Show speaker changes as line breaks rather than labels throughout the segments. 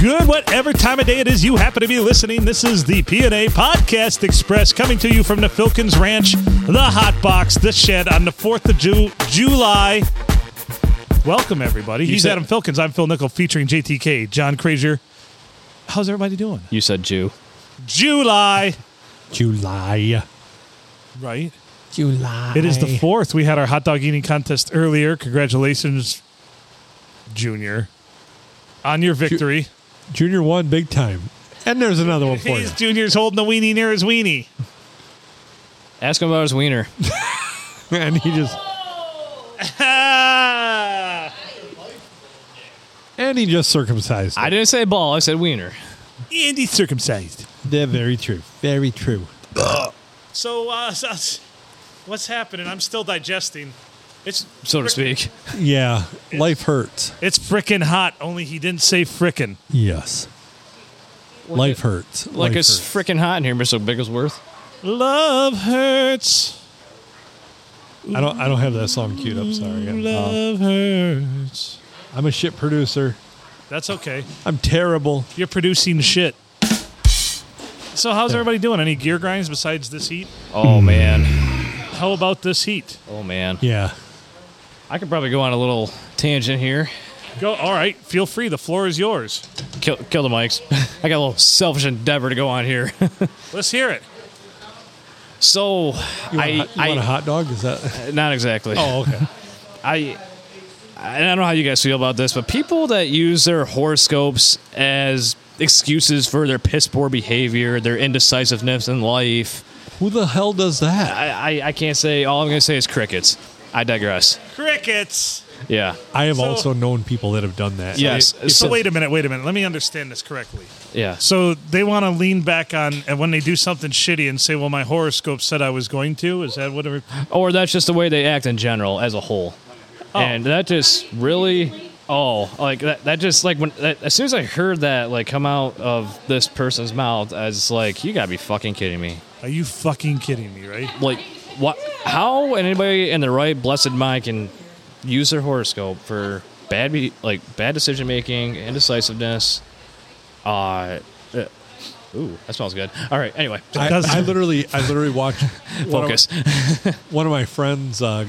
Good, whatever time of day it is you happen to be listening. This is the PNA Podcast Express coming to you from the Filkins Ranch, the Hot Box, the Shed on the 4th of Ju- July. Welcome, everybody. He's
said-
Adam Filkins. I'm Phil Nickel featuring JTK, John Crazier. How's everybody doing?
You said Jew.
July,
July.
right?
July.
It is the 4th. We had our hot dog eating contest earlier. Congratulations, Junior, on your victory.
Junior one big time. And there's another one for you.
He's Junior's holding the weenie near his weenie.
Ask him about his wiener.
And he just
Ah,
and he just circumcised.
I didn't say ball. I said wiener.
and he's circumcised.
They're very true. Very true.
So, uh, s- s- what's happening? I'm still digesting. It's
So to speak.
Yeah. Life hurts.
it's frickin' hot. Only he didn't say frickin'.
Yes. Life hurts.
Like
Life
it's
hurts.
freaking hot in here, Mr. Bigglesworth.
Love hurts.
I don't. I don't have that song queued up. Sorry. I'm, uh,
Love hurts.
I'm a shit producer.
That's okay.
I'm terrible.
You're producing shit. So, how's everybody doing? Any gear grinds besides this heat?
Hmm.
Oh man.
How about this heat?
Oh man.
Yeah.
I could probably go on a little tangent here.
Go. All right. Feel free. The floor is yours.
Kill, kill the mics. I got a little selfish endeavor to go on here.
Let's hear it.
so
You want, a
I,
hot- you want a
I
hot dog? Is that?
not exactly.
Oh, okay.
I I don't know how you guys feel about this, but people that use their horoscopes as excuses for their piss poor behavior, their indecisiveness in life.
Who the hell does that?
I, I, I can't say all I'm gonna say is crickets. I digress.
Crickets.
Yeah.
I have
So-
also known people that have done that.
Yes.
So wait a minute, wait a minute. Let me understand this correctly.
Yeah.
So they want to lean back on, and when they do something shitty, and say, "Well, my horoscope said I was going to." Is that whatever?
Or that's just the way they act in general as a whole. And that just really oh, like that, that just like when that, as soon as I heard that like come out of this person's mouth, I was like, you gotta be fucking kidding me.
Are you fucking kidding me? Right?
like what how anybody in their right blessed mind can use their horoscope for bad be, like bad decision making indecisiveness uh, uh ooh that smells good all right anyway
I,
does-
I literally, I literally watched one of-
focus
one of my friends, uh,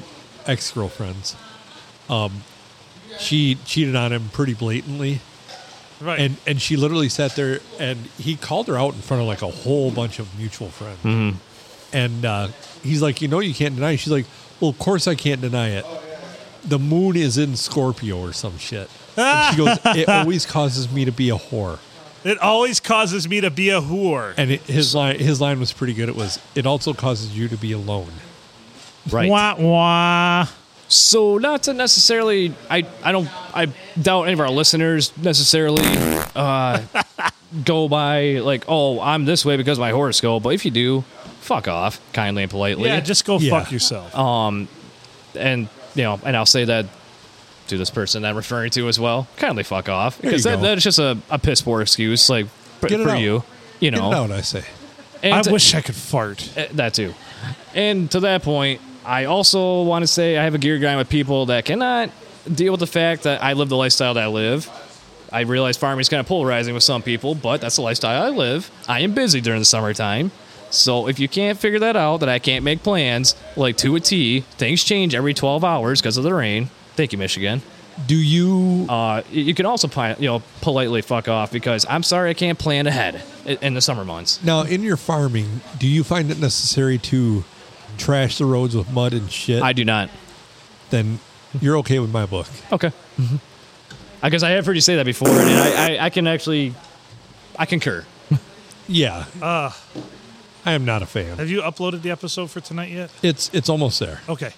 ex girlfriends, um, she cheated on him pretty blatantly,
Right.
and and she literally sat there and he called her out in front of like a whole bunch of mutual friends, and uh, he's like, you know, you can't deny. It. She's like, well, of course I can't deny it. The moon is in Scorpio or some shit. And she goes, it always causes me to be a whore.
it always causes me to be a whore.
And it, his line, his line was pretty good. It was, it also causes you to be alone.
right
Wah wah.
so not to necessarily i i don't i doubt any of our listeners necessarily uh go by like oh i'm this way because of my horoscope but if you do fuck off kindly and politely
Yeah, just go
Yeah. Oh.
fuck yourself.
and you know, and I'll say that to this person I'm referring to as well. Kindly fuck off
There you
because that,
go.
that's just a, a piss poor excuse, like for,
Get it
for
out.
you, you
Get
know.
it out, I say.
And
I
to-
wish I could fart.
uh, that too. And to that point, I also want to say I have a gear grind with people that cannot deal with the fact that I live the lifestyle that I live. I realize farming is kind of polarizing with some people, but that's the lifestyle I live. I am busy during the summertime. So if you can't figure that out, that I can't make plans, like to a T, things change every 12 hours because of the rain. Thank you, Michigan.
Do you
Uh, y- you can also, pi- you know, politely fuck off because I'm sorry I can't plan ahead i- in the summer months.
Now, in your farming, do you find it necessary to trash the roads with mud and shit?
I do not.
then you're okay with my book.
Okay. Because I have heard you say that before, and I, I, I can actually, I concur.
Yeah. Uh, I am not a fan.
Have you uploaded the episode for tonight yet?
It's it's almost there.
Okay.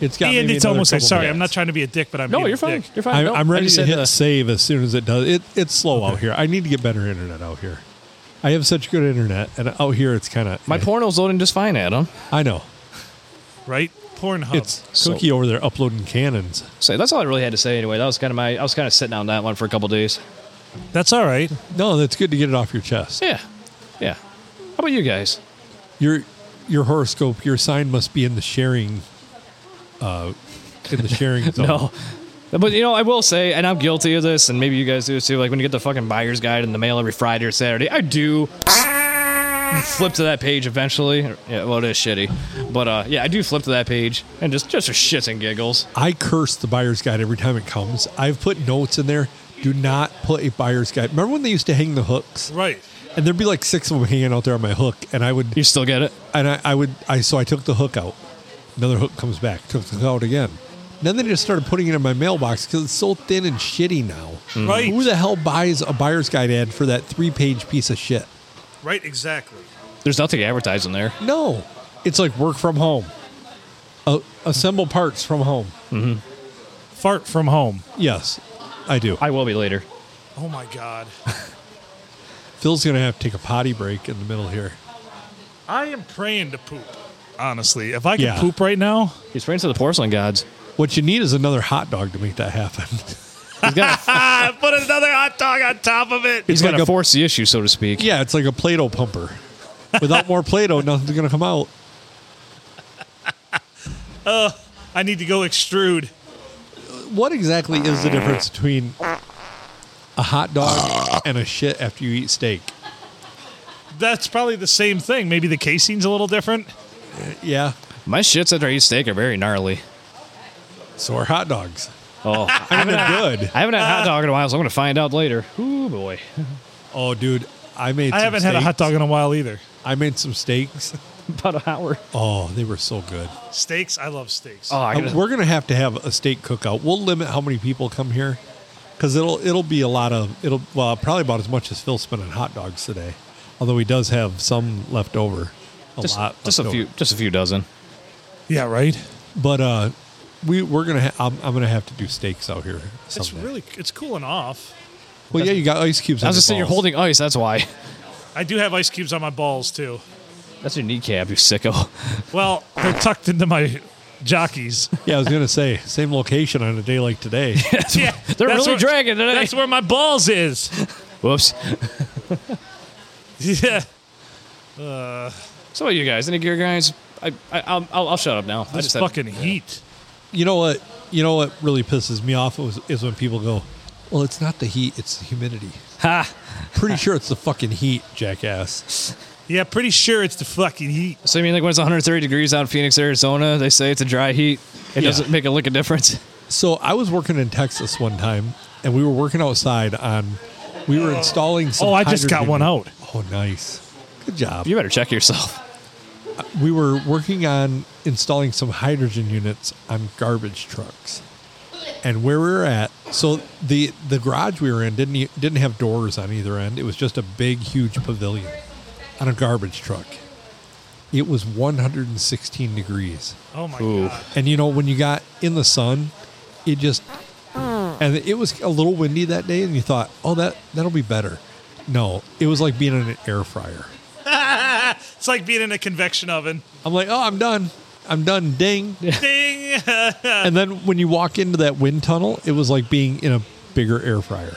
It's got.
and
maybe
it's
another
almost like,
couple
sorry,
minutes.
I'm not trying to be a dick, but I'm
No,
being a
you're fine.
dick.
You're fine.
I'm,
No,
I'm
I
ready
just
to
said uh,
hit
the-
save as soon as it does. It it's slow out here. I need to get better internet out here. I have such good internet, and out here it's kind of.
My porno's loading just fine, Adam.
I know.
Right? Pornhub.
It's
Oh, So-
Cookie over there uploading cannons.
So that's all I really had to say anyway. That was kind of my. I was kind of sitting on that one for a couple days.
That's all right.
No, that's good to get it off your chest.
Yeah, yeah. How about you guys?
your your horoscope, your sign must be in the sharing. Uh, in the sharing zone.
No, But you know, I will say, and I'm guilty of this, and maybe you guys do too. Like when you get the fucking buyer's guide in the mail every Friday or Saturday, I do flip to that page eventually. Yeah, well, it is shitty, but uh, yeah, I do flip to that page and just just for shits and giggles.
I curse the buyer's guide every time it comes. I've put notes in there. Do not put a buyer's guide. Remember when they used to hang the hooks?
Right.
And there'd be like six of them hanging out there on my hook, and I would
You still get it?
and I, I would I so I took the hook out. Another hook comes back. Took the hook out again. Then they just started putting it in my mailbox because it's so thin and shitty now.
Right.
Who the hell buys a buyer's guide ad for that three-page piece of shit?
Right, exactly.
There's nothing advertising there.
No, it's like work from home, uh, assemble parts from home.
Fart from home.
Yes, I do.
I will be later.
Oh my god.
Phil's gonna have to take a potty break in the middle here.
I am praying to poop. Honestly, if I could
Yeah.
poop right now,
He's praying to the porcelain gods.
What you need is another hot dog to make that happen.
He's got a,
ah, put another hot dog on top of it.
he's
It's
got
like
to
a-
force the issue, so to speak.
yeah, it's like a Play-Doh pumper. Without more Play-Doh, nothing's gonna come out.
I need to go extrude.
What exactly is the difference between a hot dog and a shit after you eat steak?
That's probably the same thing. Maybe the casing's a little different.
Yeah,
My shits after I eat steak are very gnarly.
so are hot dogs.
Oh, I
I
haven't
mean,
had,
they're good.
I haven't had hot dog in a while, so I'm gonna find out later. Ooh boy.
Oh, dude, I made.
I
some
haven't had a hot
steaks.
dog in a while either.
I made some steaks.
About an hour.
Oh, they were so good.
Steaks, I love steaks.
Oh, I
Uh,
gotta-
we're gonna have to have a steak cookout. We'll limit how many people come here because it'll it'll be a lot of it'll well probably about as much as Phil spent on hot dogs today. Although he does have some left over, a
just,
lot,
just a
left
few,
over.
just a few dozen.
yeah, right.
But uh, we we're gonna ha- I'm, I'm gonna have to do steaks out here.
It's
Someday.
really it's cooling off.
well, yeah. You got ice cubes.
I
on
was
your
just saying, you're
balls.
holding ice. That's why.
I do have ice cubes on my balls too.
That's your kneecap, you sicko.
Well, they're tucked into my jockeys.
Yeah, I was gonna say same location on a day like today.
yeah,
They're
that's
really
where-
dragging today.
That's where my balls is.
Whoops.
yeah.
So, what you guys? Any gear guys? I, I I'll, I'll, I'll shut up now. I
This
had-
fucking heat.
you know what? You know what really pisses me off is, is when people go, "Well, it's not the heat; it's the humidity."
ha.
Pretty sure it's the fucking heat, jackass.
Yeah, pretty sure it's the fucking heat.
So you mean like when it's 130 degrees out in Phoenix, Arizona, they say it's a dry heat. It
Yeah.
doesn't make a lick of difference.
So I was working in Texas one time, and we were working outside on. We were installing. Some
Oh, I just got
hydrogen-
one out.
Oh, nice. Good job.
You better check yourself.
We were working on installing some hydrogen units on garbage trucks, and where we were at. So the the garage we were in didn't e- didn't have doors on either end. It was just a big, huge pavilion on a garbage truck. It was 116 degrees.
Oh my
Ooh.
god.
And you know, when you got in the sun, it just and it was a little windy that day, and you thought, oh, that that'll be better. No, it was like being in an air fryer.
It's like being in a convection oven.
I'm like, oh, I'm done. I'm done. Ding.
Ding.
and then when you walk into that wind tunnel, it was like being in a bigger air fryer.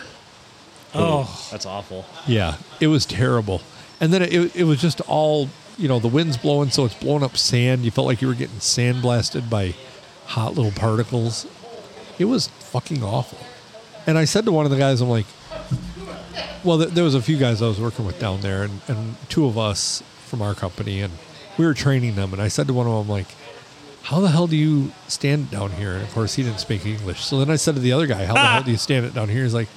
oh,
That's awful.
Yeah, it was terrible. And then it, it was just all, you know, the wind's blowing, so it's blowing up sand. You felt like you were getting sand blasted by hot little particles. It was fucking awful. And I said to one of the guys, I'm like, well, th- there was a few guys I was working with down there, and, and two of us from our company, and we were training them. And I said to one of them, I'm like, how the hell do you stand down here? And of course, he didn't speak English. So then I said to the other guy, how the hell do you stand it down here? He's like,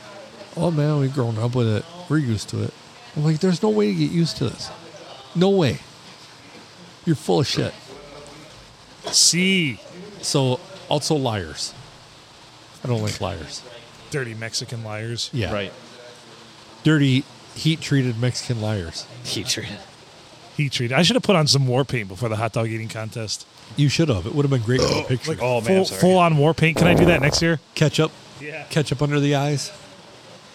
oh man, we've grown up with it. We're used to it. I'm like, there's no way to get used to this. No way. You're full of shit.
see,
So, also liars. I don't like liars.
dirty Mexican liars.
Yeah.
Right.
Dirty, heat treated Mexican liars.
Teacher.
Heat treat. I should have put on some war paint before the hot dog eating contest.
You should have. It would have been great
Oh,
for the picture.
Like full, full on war paint. Can I do that next year?
ketchup.
Yeah.
Ketchup under the eyes.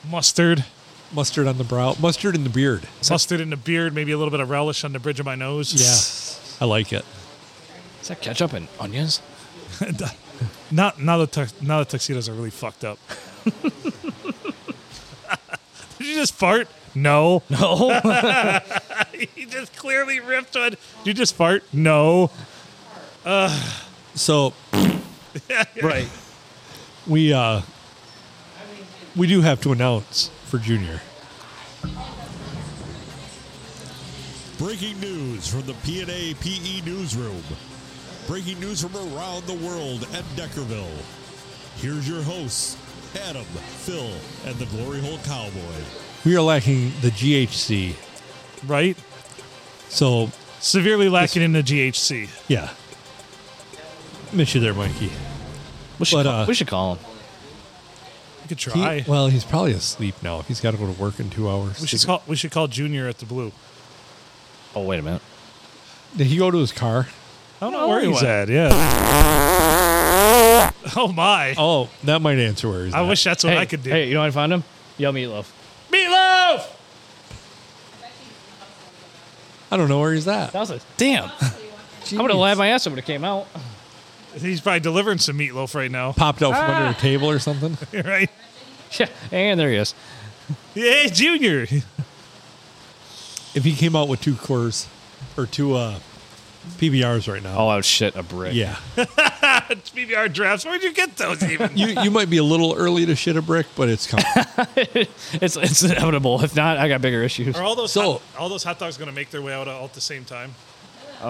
Mustard.
Mustard on the brow. Mustard in the beard.
Mustard in the beard, maybe a little bit of relish on the bridge of my nose.
Yeah. I like it.
Is that ketchup and onions?
Now, now the tux, now the tuxedos are really fucked up. Did you just fart? No.
No.
you just clearly ripped one. Did you just fart? No.
So,
right.
we uh, we do have to announce for Junior.
Breaking news from the PNA PE E newsroom. Breaking news from around the world at Deckerville. Here's your hosts, Adam, Phil, and the Glory Hole Cowboy.
We are lacking the GHC,
right?
so
Severely lacking in the GHC.
yeah. Miss you there, Mikey.
We should,
But,
call,
uh,
we should call him.
We could
He-
try.
well, he's probably asleep now. If he's got to go to work in two hours,
we should call. We should call Junior at the Blue.
Oh, wait a minute.
did he go to his car?
I don't
Oh,
know where he's
anyway.
at. Yeah. Oh my!
Oh, that might answer where he's.
I
at.
wish that's what
hey,
I could do.
Hey, you know how I found him? Yo, Meatloaf.
Meatloaf.
I don't know where he's at.
That was a damn. I would have laughed my ass if it came out.
He's probably delivering some meatloaf right now,
Popped out from
Ah.
under a table or something.
right?
Yeah, and there he is.
Hey, Junior.
If he came out with two cores or two uh, PBRs right now,
Oh, I would shit a brick.
yeah,
It's PBR drafts. Where'd you get those even?
you you might be a little early to shit a brick, but it's coming.
It's it's inevitable. If not, I got bigger issues.
Are all those
So-
hot, all those hot dogs going to make their way out all at the same time?
yeah,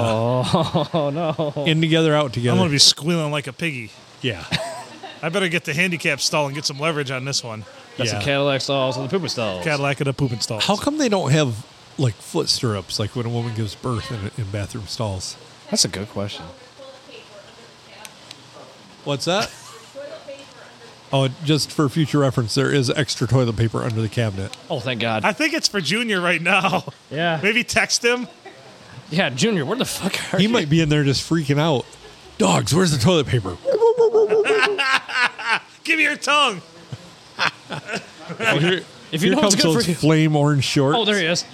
Oh no.
in together, out
I'm
together.
going to be squealing like a piggy.
yeah,
I better get the handicap stall and get some leverage on this one.
That's
yeah.
the Cadillac stalls and the pooper stalls.
Cadillac at a pooping stall.
How come they don't have like foot stirrups like when a woman gives birth in, in bathroom stalls?
That's a good question.
What's that? Oh, just for future reference, there is extra toilet paper under the cabinet.
Oh, thank God.
I think it's for Junior right now.
yeah.
Maybe text him.
Yeah, Junior, where the fuck are
He
you?
might be in there just freaking out. Dogs, where's the toilet paper?
Give me your tongue.
Oh, here,
If you
here
know what's
comes
good for
those
you.
flame orange shorts.
Oh, there he is.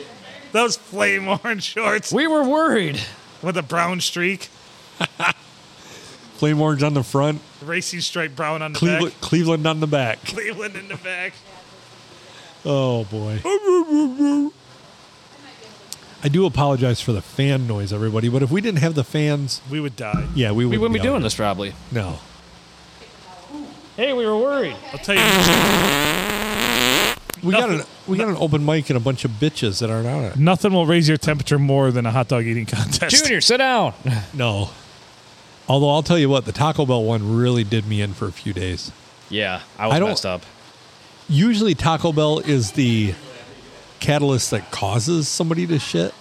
Those flame orange shorts
We were worried.
with a brown streak,
Flame orange on the front,
racing stripe brown on the
Cleveland,
back,
Cleveland on the back.
Cleveland in the back.
Oh boy. I do apologize for the fan noise, everybody. But if we didn't have the fans,
We would die.
yeah, we
We
wouldn't,
wouldn't be
out
doing this probably.
here. No,
Hey, we were worried.
I'll tell you,
we got an
Nothing.
we got an open mic and a bunch of bitches that aren't on it.
nothing will raise your temperature more than a hot dog eating contest.
Junior, sit down.
No. Although I'll tell you what, the Taco Bell one really did me in for a few days.
Yeah, I was
I don't-
messed up.
Usually, Taco Bell is the catalyst that causes somebody to shit,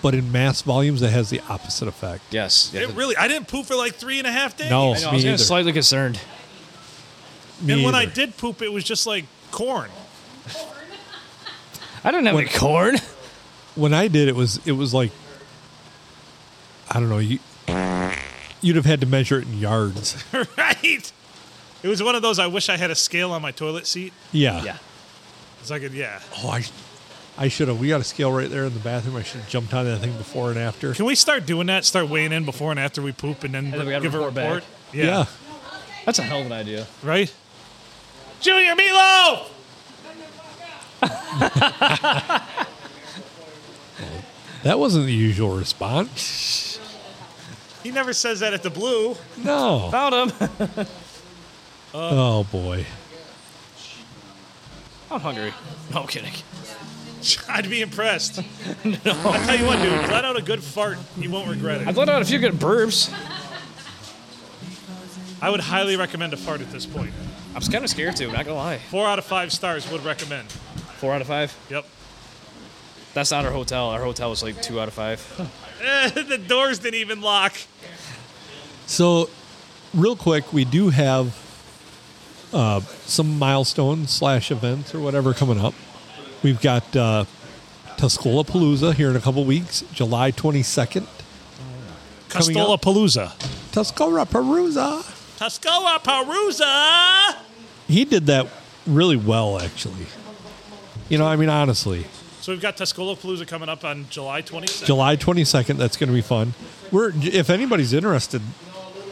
but in mass volumes, it has the opposite effect.
Yes.
It really, I didn't poop for like three and a half days.
No,
I, know, I
me
was
either.
getting slightly concerned.
Me
and when I
either.
did poop, it was just like corn.
I didn't have any corn.
when I did, it was it was like I don't know. You you'd have had to measure it in yards.
right? It was one of those. I wish I had a scale on my toilet seat.
Yeah.
Yeah.
So I could, yeah.
Oh, I I should have. We got a scale right there in the bathroom. I should have jumped on that thing before and after.
Can we start doing that? Start weighing in before and after we poop, and then,
then we gotta
give
report
a
back.
report.
Yeah.
That's a hell of an idea.
right. Junior Meatloaf.
That wasn't the usual response.
He never says that at the blue.
No.
Uh,
Found him.
Oh boy.
I'm hungry. No, I'm kidding.
I'd be impressed. no. I tell you what, dude. Let out a good fart. You won't regret it.
I've let out a few good burps.
I would highly recommend a fart at this point.
I'm kind of scared too. Not gonna lie.
Four out of five stars would recommend.
Four out of five.
Yep.
That's not our hotel. Our hotel was like two out of five.
Eh, the doors didn't even lock.
So, real quick, we do have uh, some milestones slash events or whatever coming up. We've got uh, Tuscola Palooza here in a couple weeks, July twenty second. Coming
Custola
up.
Palooza.
Tuscola Palooza.
Tuscola Palooza.
He did that really well, actually. You know, I mean, honestly,
So we've got Tuscola Palooza coming up on July 26th.
July 22nd, that's going to be fun. We're, if anybody's interested,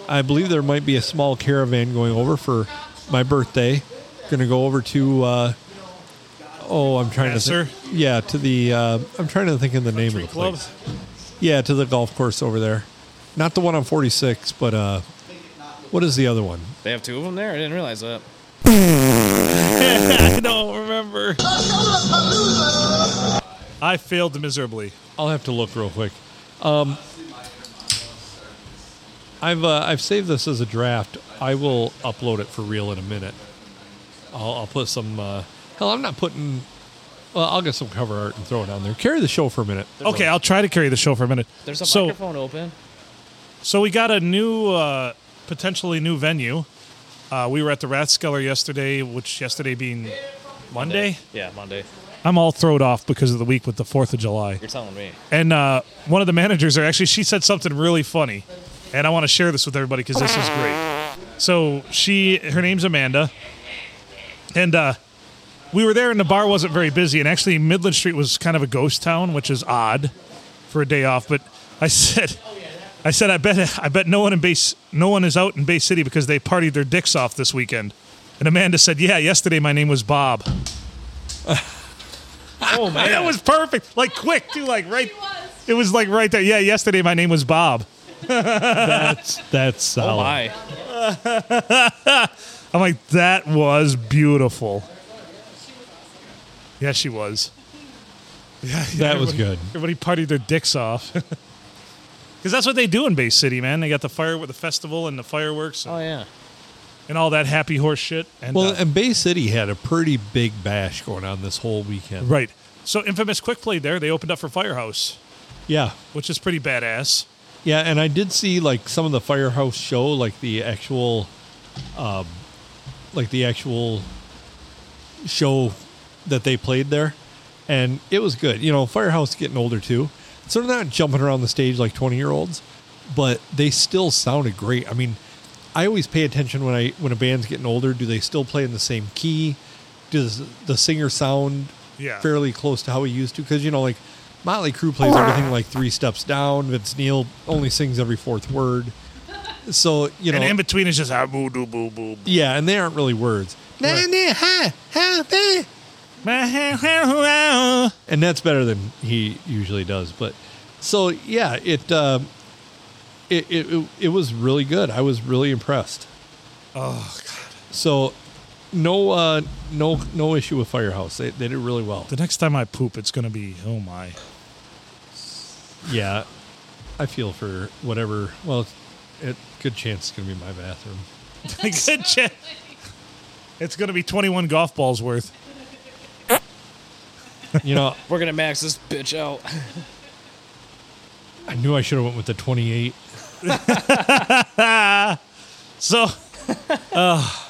I believe there might be a small caravan going over for my birthday. Going to go over to, uh, oh, I'm trying
Vassar?
to think. Yeah, to the, uh, I'm trying to think of the name of the
Club.
place. Yeah, to the golf course over there. Not the one on 46, but uh, What is the other one?
They have two of them there. I didn't realize that.
I don't remember. I failed miserably.
I'll have to look real quick. Um, I've uh, I've saved this as a draft. I will upload it for real in a minute. I'll, I'll put some. Uh, hell, I'm not putting. Well, I'll get some cover art and throw it on there. Carry the show for a minute.
Okay, I'll try to carry the show for a minute.
There's a
so,
microphone open.
So we got a new, uh, potentially new venue. Uh, we were at the Rathskeller yesterday, which yesterday being Monday.
Yeah, Monday.
I'm all thrown off because of the week with the 4th of July.
You're telling me.
And uh, one of the managers, or actually, she said something really funny, and I want to share this with everybody because this is great. So she, her name's Amanda, and uh, we were there, and the bar wasn't very busy, and actually, Midland Street was kind of a ghost town, which is odd for a day off. But I said, I said, I bet, I bet no one in base, no one is out in Bay City because they partied their dicks off this weekend. And Amanda said, "Yeah, yesterday my name was Bob.
Oh man,
That was perfect, like quick, too, like right." It was like right there. Yeah, yesterday my name was Bob.
That's uh,
Oh
solid.
my.
I'm like, that was beautiful. Yeah, she was.
That was good.
Everybody partied their dicks off. Because that's what they do in Bay City, man. They got the fire with the festival and the fireworks and,
Oh yeah.
and all that happy horse shit. And,
Well,
uh,
and Bay City had a pretty big bash going on this whole weekend.
right. So infamous quick play there. They opened up for Firehouse,
Yeah.
which is pretty badass.
Yeah, and I did see like some of the firehouse show, like the actual, um, like the actual show that they played there, and it was good. You know, firehouse getting older too, so they're not jumping around the stage like twenty year olds, but they still sounded great. I mean, I always pay attention when I when a band's getting older. Do they still play in the same key? Does the singer sound
Yeah.
fairly close to how he used to because you know like Motley Crue plays everything like three steps down. Vince Neil only sings every fourth word, so you know
And in between is just ah, boo doo boo boo.
yeah, and they aren't really words. Nah,
Right.
nah, ha, ha, bah.
boo.
And that's better than he usually does. But so yeah, it uh, it, it it it was really good. I was really impressed. Oh God! So no uh, no no issue with Firehouse. They they did really well.
The next time I poop, it's gonna be oh my.
Yeah, I feel for whatever. Well, it good chance it's gonna be my bathroom.
Good shit. It's gonna be 21 golf balls worth.
You know,
We're gonna max this bitch out.
I knew I should have went with the twenty-eight.
So, uh,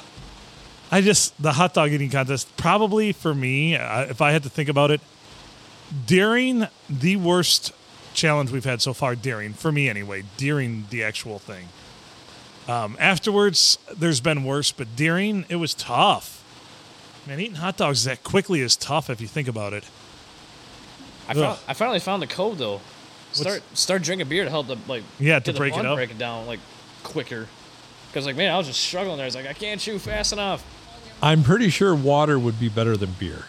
I just the hot dog eating contest. Probably for me, uh, if I had to think about it, during the worst challenge we've had so far, during for me anyway, during the actual thing. Um, afterwards, there's been worse, but during it was tough. Man, eating hot dogs that quickly is tough if you think about it.
I,
Ugh.
found, I finally found the code though. Start start drinking beer to help the like
Yeah,
get
to
the
break it
blunt
up.
break it down like quicker. Cause like man, I was just struggling there. I was like, I can't chew fast enough.
I'm pretty sure water would be better than beer.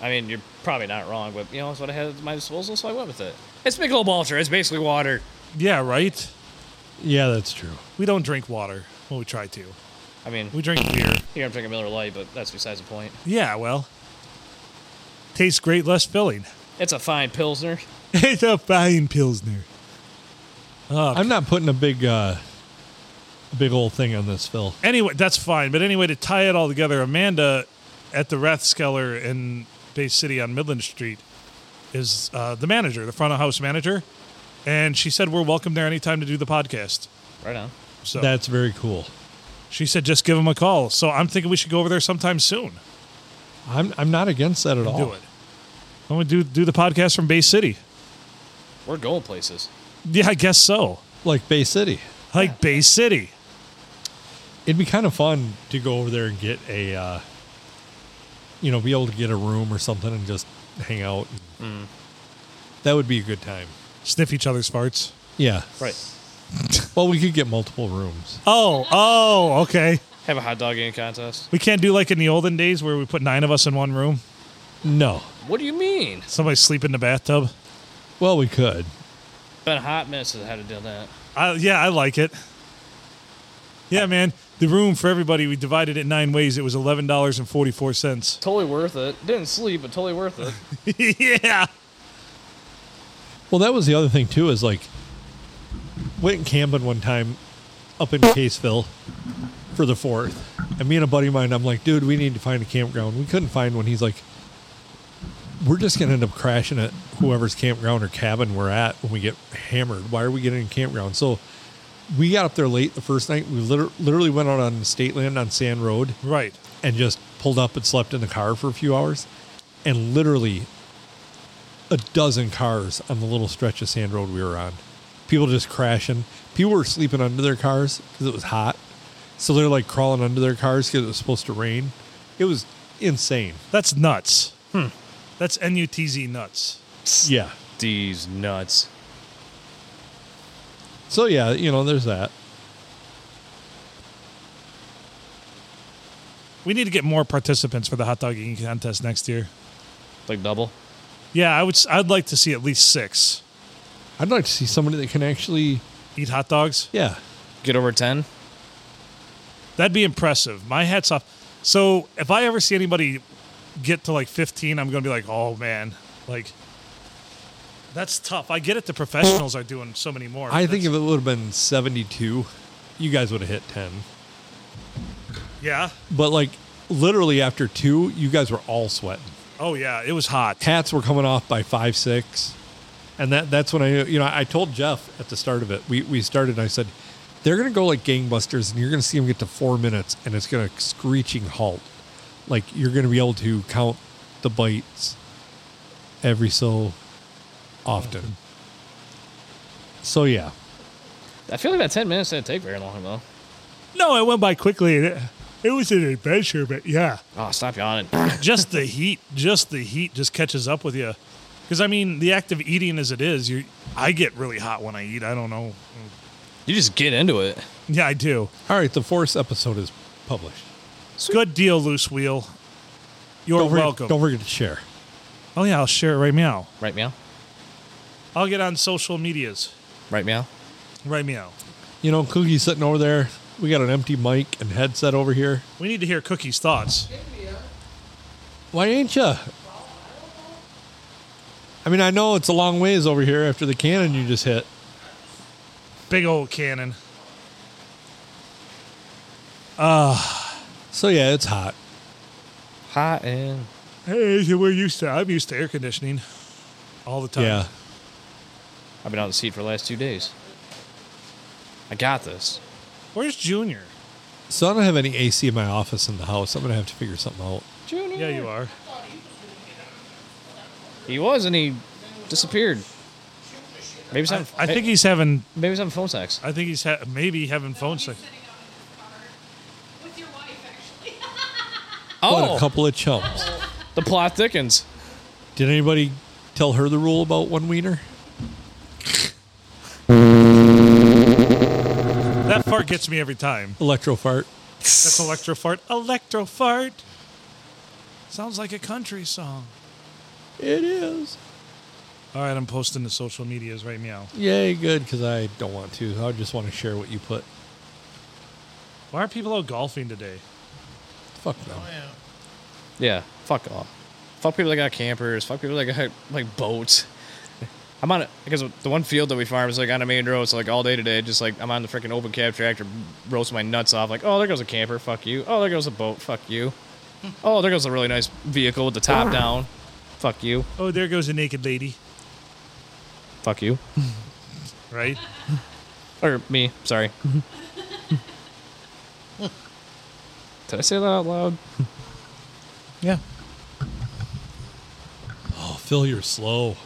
I mean, you're probably not wrong, but you know, it's what I had at my disposal, so I went with it. It's Big Old Balcher. It's basically water.
Yeah, right.
Yeah, that's true.
We don't drink water. Well, we try to.
I mean,
We drink beer.
here I'm drinking Miller Lite, but that's besides the point.
Yeah, well, tastes great, less filling.
It's a fine pilsner.
It's a fine pilsner.
I'm not putting a big, uh, a big old thing on this, Phil.
Anyway, that's fine. But anyway, to tie it all together, Amanda at the Rathskeller in Bay City on Midland Street is uh, the manager, the front of house manager, and she said we're welcome there anytime to do the podcast.
Right on.
So
That's very cool.
she said just give them a call. So I'm thinking we should go over there sometime soon.
I'm I'm not against that at all.
Do it. I'm gonna do do the podcast from Bay City.
We're going places.
Yeah, I guess so.
Like Bay City,
Like Bay City.
it'd be kind of fun to go over there and get a, uh, you know, be able to get a room or something and just hang out.
Mm.
That would be a good time.
Sniff each other's farts.
Yeah.
Right.
Well, we could get multiple rooms.
Oh, oh, okay.
Have a hot dog eating contest.
We can't do like in the olden days where we put nine of us in one room.
No.
What do you mean?
Somebody sleep in the bathtub.
Well, we could.
Been a hot mess since I had to do that.
I, yeah, I like it. Yeah, man. The room for everybody, we divided it nine ways. It was eleven dollars and forty four cents.
Totally worth it. Didn't sleep, but totally worth it.
yeah.
Well, that was the other thing too. Is like went camping one time up in Caseville for the fourth, and me and a buddy of mine, I'm like, dude, we need to find a campground. We couldn't find one. He's like, we're just gonna end up crashing at whoever's campground or cabin we're at when we get hammered. Why are we getting in campground? So we got up there late the first night. We liter- literally went out on state land on Sand Road
Right.
and just pulled up and slept in the car for a few hours. And literally a dozen cars on the little stretch of sand road we were on. People just crashing. People were sleeping under their cars because it was hot. So they're like crawling under their cars because it was supposed to rain. It was insane.
That's nuts. Hmm. That's N U T Z nuts.
Yeah.
These nuts.
So, yeah, you know, there's that.
We need to get more participants for the hot dog eating contest next year.
Like double.
Yeah, I would. s- I'd like to see at least six
I'd like to see somebody that can actually,
eat hot dogs.
yeah.
Get over 10.
That'd be impressive. My hat's off. So if I ever see anybody get to like 15, I'm gonna be like, oh man, like that's tough. I get it. The professionals are doing so many more.
I think
That's-
if it would have been 72, you guys would have hit 10.
Yeah.
But like literally after two, you guys were all sweating.
Oh yeah. It was hot.
Hats were coming off by five six, and that that's when I knew- you know I told Jeff at the start of it. We we started and I said they're gonna go like gangbusters, and you're gonna see them get to four minutes, and it's gonna screeching halt. Like you're gonna be able to count the bites every so often. So yeah,
I feel like that 10 minutes didn't take very long, though.
No, it went by quickly. and It, it was an adventure, but yeah.
Oh, stop yawning.
just the heat, just the heat just catches up with you. Because I mean, the act of eating as it is, you I get really hot when I eat. I don't know.
You just get into it.
Yeah, I do.
all right. The fourth episode is published.
Good deal, loose wheel. You're
don't forget,
welcome.
Don't forget to share.
Oh yeah, I'll share it right meow.
Right meow?
I'll get on social medias
Right meow?
right meow.
You know, Cookie's sitting over there. We got an empty mic and headset over here.
We need to hear Cookie's thoughts.
Why ain't ya? I mean, I know it's a long ways over here after the cannon you just hit.
Big old cannon.
So yeah, it's hot.
Hot and.
Hey, we're used to. I'm used to air conditioning all the time.
Yeah,
I've been out of the seat for the last two days. I got this.
Where's Junior?
so I don't have any AC in my office in the house. I'm gonna have to figure something out.
Junior.
Yeah, you are.
He was, and he disappeared. Maybe he's
I,
having,
I think he's having.
maybe he's having phone sex.
I think he's ha- maybe having phone sex.
sitting out in his car with your wife, actually.
What a
Oh,
couple of chumps!
the plot thickens.
Did anybody tell her the rule about one wiener?
That fart gets me every time.
Electro fart.
That's electro fart. Electro fart. Sounds like a country song.
It is.
All right, I'm posting to social medias right meow.
Yay, good because I don't want to. I just want to share what you put.
Why are people out golfing today?
Fuck them.
Yeah, fuck off. Fuck people that got campers. Fuck people that got like boats. I'm on it because the one field that we farm is like on a main road, so like all day today, just like I'm on the freaking open cab tractor, roasting my nuts off. Like, oh, there goes a camper, fuck you. Oh, there goes a boat, fuck you. Oh, there goes a really nice vehicle with the top down, fuck you,
Oh, there goes a naked lady.
fuck you,
Right?
or me. Sorry. Did I say that out loud?
Yeah.
Oh, Phil, you're slow.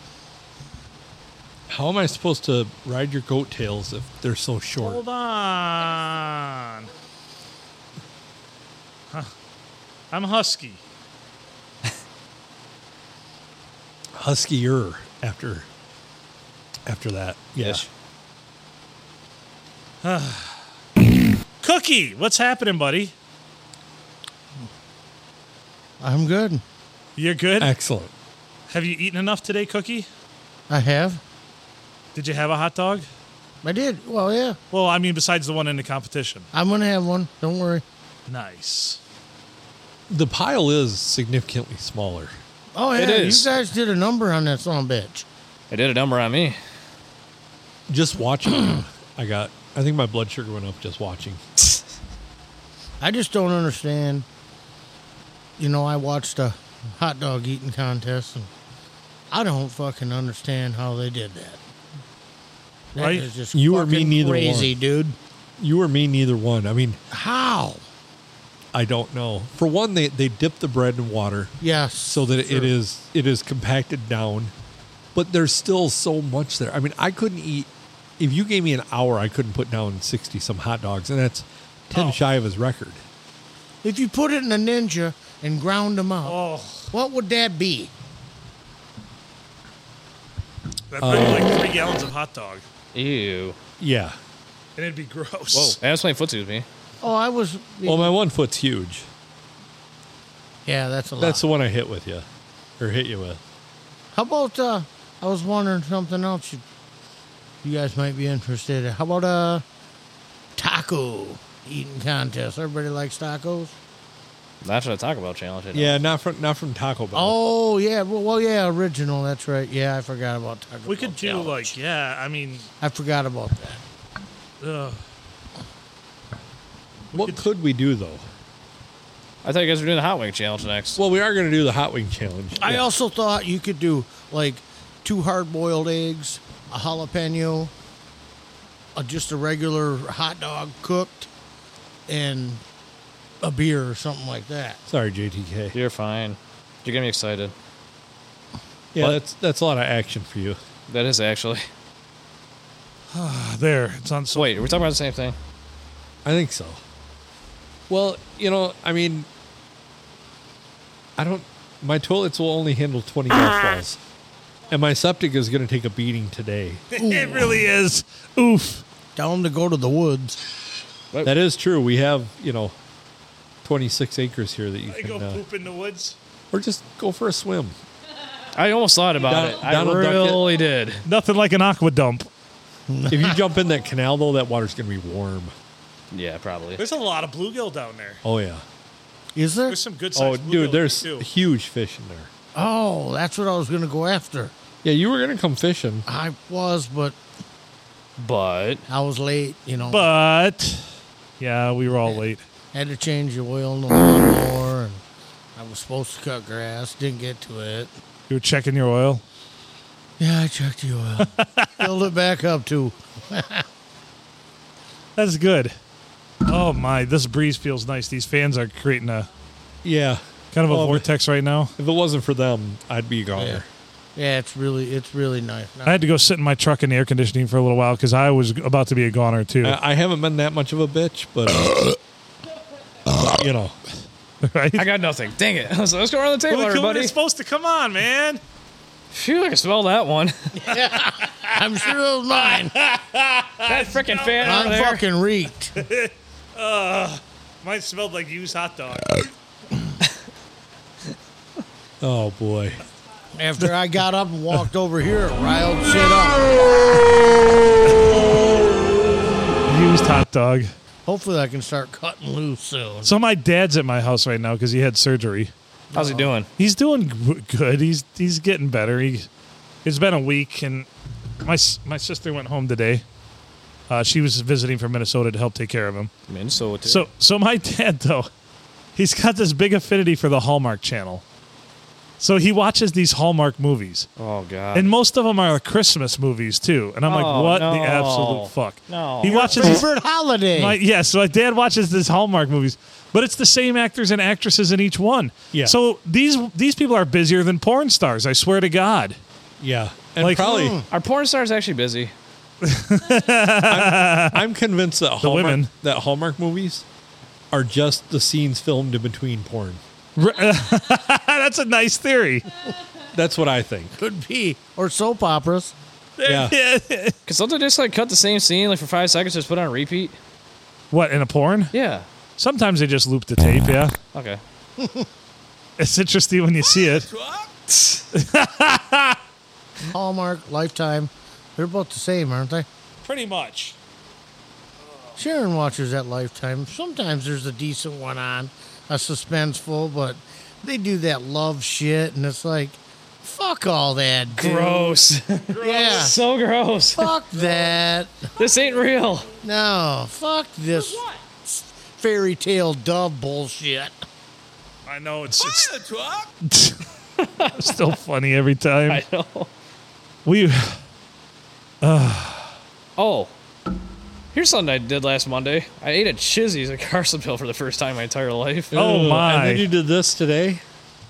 How am I supposed to ride your goat tails if they're so short?
Hold on. Huh. I'm husky.
huskier after after that. Yes.
Cookie, what's happening, buddy?
I'm good.
You're good?
Excellent.
Have you eaten enough today, Cookie?
I have.
Did you have a hot dog?
I did. Well, yeah.
Well, I mean, besides the one in the competition.
I'm gonna have one. Don't worry.
Nice.
The pile is significantly smaller.
Oh yeah,
It is.
you guys did a number on that song, bitch.
It did a number on me.
Just watching, it, I got. I think my blood sugar went up just watching.
I just don't understand. You know, I watched a hot dog eating contest, and I don't fucking understand how they did that. That
Right?
is just
You or me
fucking
neither one.
Crazy, dude.
You or me, neither one. I mean,
How?
I don't know. For one, they they dip the bread in water
Yes.
so that
sure.
it is it is compacted down, but there's still so much there. I mean, I couldn't eat. If you gave me an hour, I couldn't put down sixty some hot dogs, and that's ten shy of his record.
If you put it in a ninja and ground them up,
Oh,
what would that be?
that'd bring like three gallons of hot dog,
Ew.
Yeah.
and it'd be gross.
Whoa. I was playing footsie with me.
Oh, I was.
Well, my one foot's huge.
yeah, that's a lot.
That's the one I hit with you, or hit you with.
How about uh I was wondering something else you, you guys might be interested in. How about uh taco eating contest? Everybody likes tacos?
That's what I talk about challenge. you know.
Yeah, not from not from Taco Bell.
Oh yeah, well, well yeah, original, that's right. Yeah, I forgot about taco.
We
Bell
could do
challenge.
like, yeah. I mean,
I forgot about that.
ugh.
what could we do though?
I thought you guys were doing the hot wing challenge next.
Well, we are going to do the hot wing challenge.
I
Yeah.
also thought you could do like two hard boiled eggs, a jalapeno, a, just a regular hot dog cooked, and a beer or something like that.
sorry, JTK.
You're fine. You're getting me excited.
Yeah, that's that's a lot of action for you.
That is actually.
there. It's on. So
Wait, are we talking about the same thing?
I think so. Well, you know, I mean, I don't. My toilets will only handle twenty golf balls, and my septic is going to take a beating today.
it really is. Oof.
Tell them to go to the woods.
that is true. We have you know, twenty six acres here that you
I
can,
go
uh,
poop in the woods.
or just go for a swim.
I almost thought about
Don-
it. I
Donald Duck it.
really did.
Nothing like an aqua dump.
if you jump in that canal though, that water's going to be warm.
Yeah, probably.
There's a lot of bluegill down there.
Oh yeah.
Is there?
There's some good
Oh,
sized
dude, there's
too.
huge fish in there.
Oh, that's what I was gonna go after.
Yeah, you were gonna come fishing.
I was, but
But
I was late. You know,
But yeah, we were all late.
had to change the oil in the lawnmower, and I was supposed to cut grass. Didn't get to it.
You were checking your oil.
Yeah, I checked the oil. Filled it back up too.
That's good. Oh my, this breeze feels nice. These fans are creating a
Yeah,
kind of a
Oh,
vortex right now.
if it wasn't for them, I'd be gone.
Yeah. Yeah, it's really it's really nice. Now,
I had to go sit in my truck in the air conditioning for a little while because I was about to be a goner too.
I, I haven't been that much of a bitch, but uh, you know,
right?
I got nothing. Dang it. So let's go around the table,
Well, the cooler
everybody.
is supposed to come on, man.
Phew, I can smell that one.
I'm sure it was mine.
That freaking fan over
I'm
there.
fucking reeked.
Mine smelled like used hot dog.
oh boy,
After I got up and walked over here, it riled shit up.
Used hot dog.
Hopefully, I can start cutting loose soon.
So my dad's at my house right now because he had surgery.
How's he doing?
He's doing g- good. He's he's getting better. He it's been a week, and my s- my sister went home today. Uh, she was visiting from Minnesota to help take care of him.
Minnesota.
So so my dad though, he's got this big affinity for the Hallmark Channel. So he watches these Hallmark movies,
oh god.
and most of them are Christmas movies too. And I'm
Oh,
like, what the
no.
absolute fuck?
No.
He
Your
watches these
Favorite holiday.
my, yeah, so my dad watches this Hallmark movies, but it's the same actors and actresses in each one.
Yeah.
So these these people are busier than porn stars. I swear to God.
yeah, and
Like-
probably
Mm.
Our porn stars actually busy.
I'm convinced that Hallmark,
women.
that Hallmark movies are just the scenes filmed in between porn.
That's a nice theory.
That's what I think.
Could be or soap operas.
Yeah,
Cause don't they just like cut the same scene like for five seconds, just put it on repeat?
what in a porn?
Yeah.
Sometimes they just loop the tape. Yeah.
Okay.
It's interesting when you see it.
Hallmark, Lifetime. They're both the same, aren't they?
Pretty much.
Sharon watches at Lifetime. Sometimes there's a decent one on, a suspenseful, but they do that love shit, and it's like, fuck all that, dude.
Gross.
Yeah,
so gross.
fuck that.
this ain't real.
No, fuck this
What?
fairy tale dove bullshit.
I know it's it's still funny every time.
I know.
we
Oh. Here's something I did last Monday. I ate a Chizzy's at Carsonville for the first time in my entire life.
Oh,
Ugh, And
my.
then you did this today,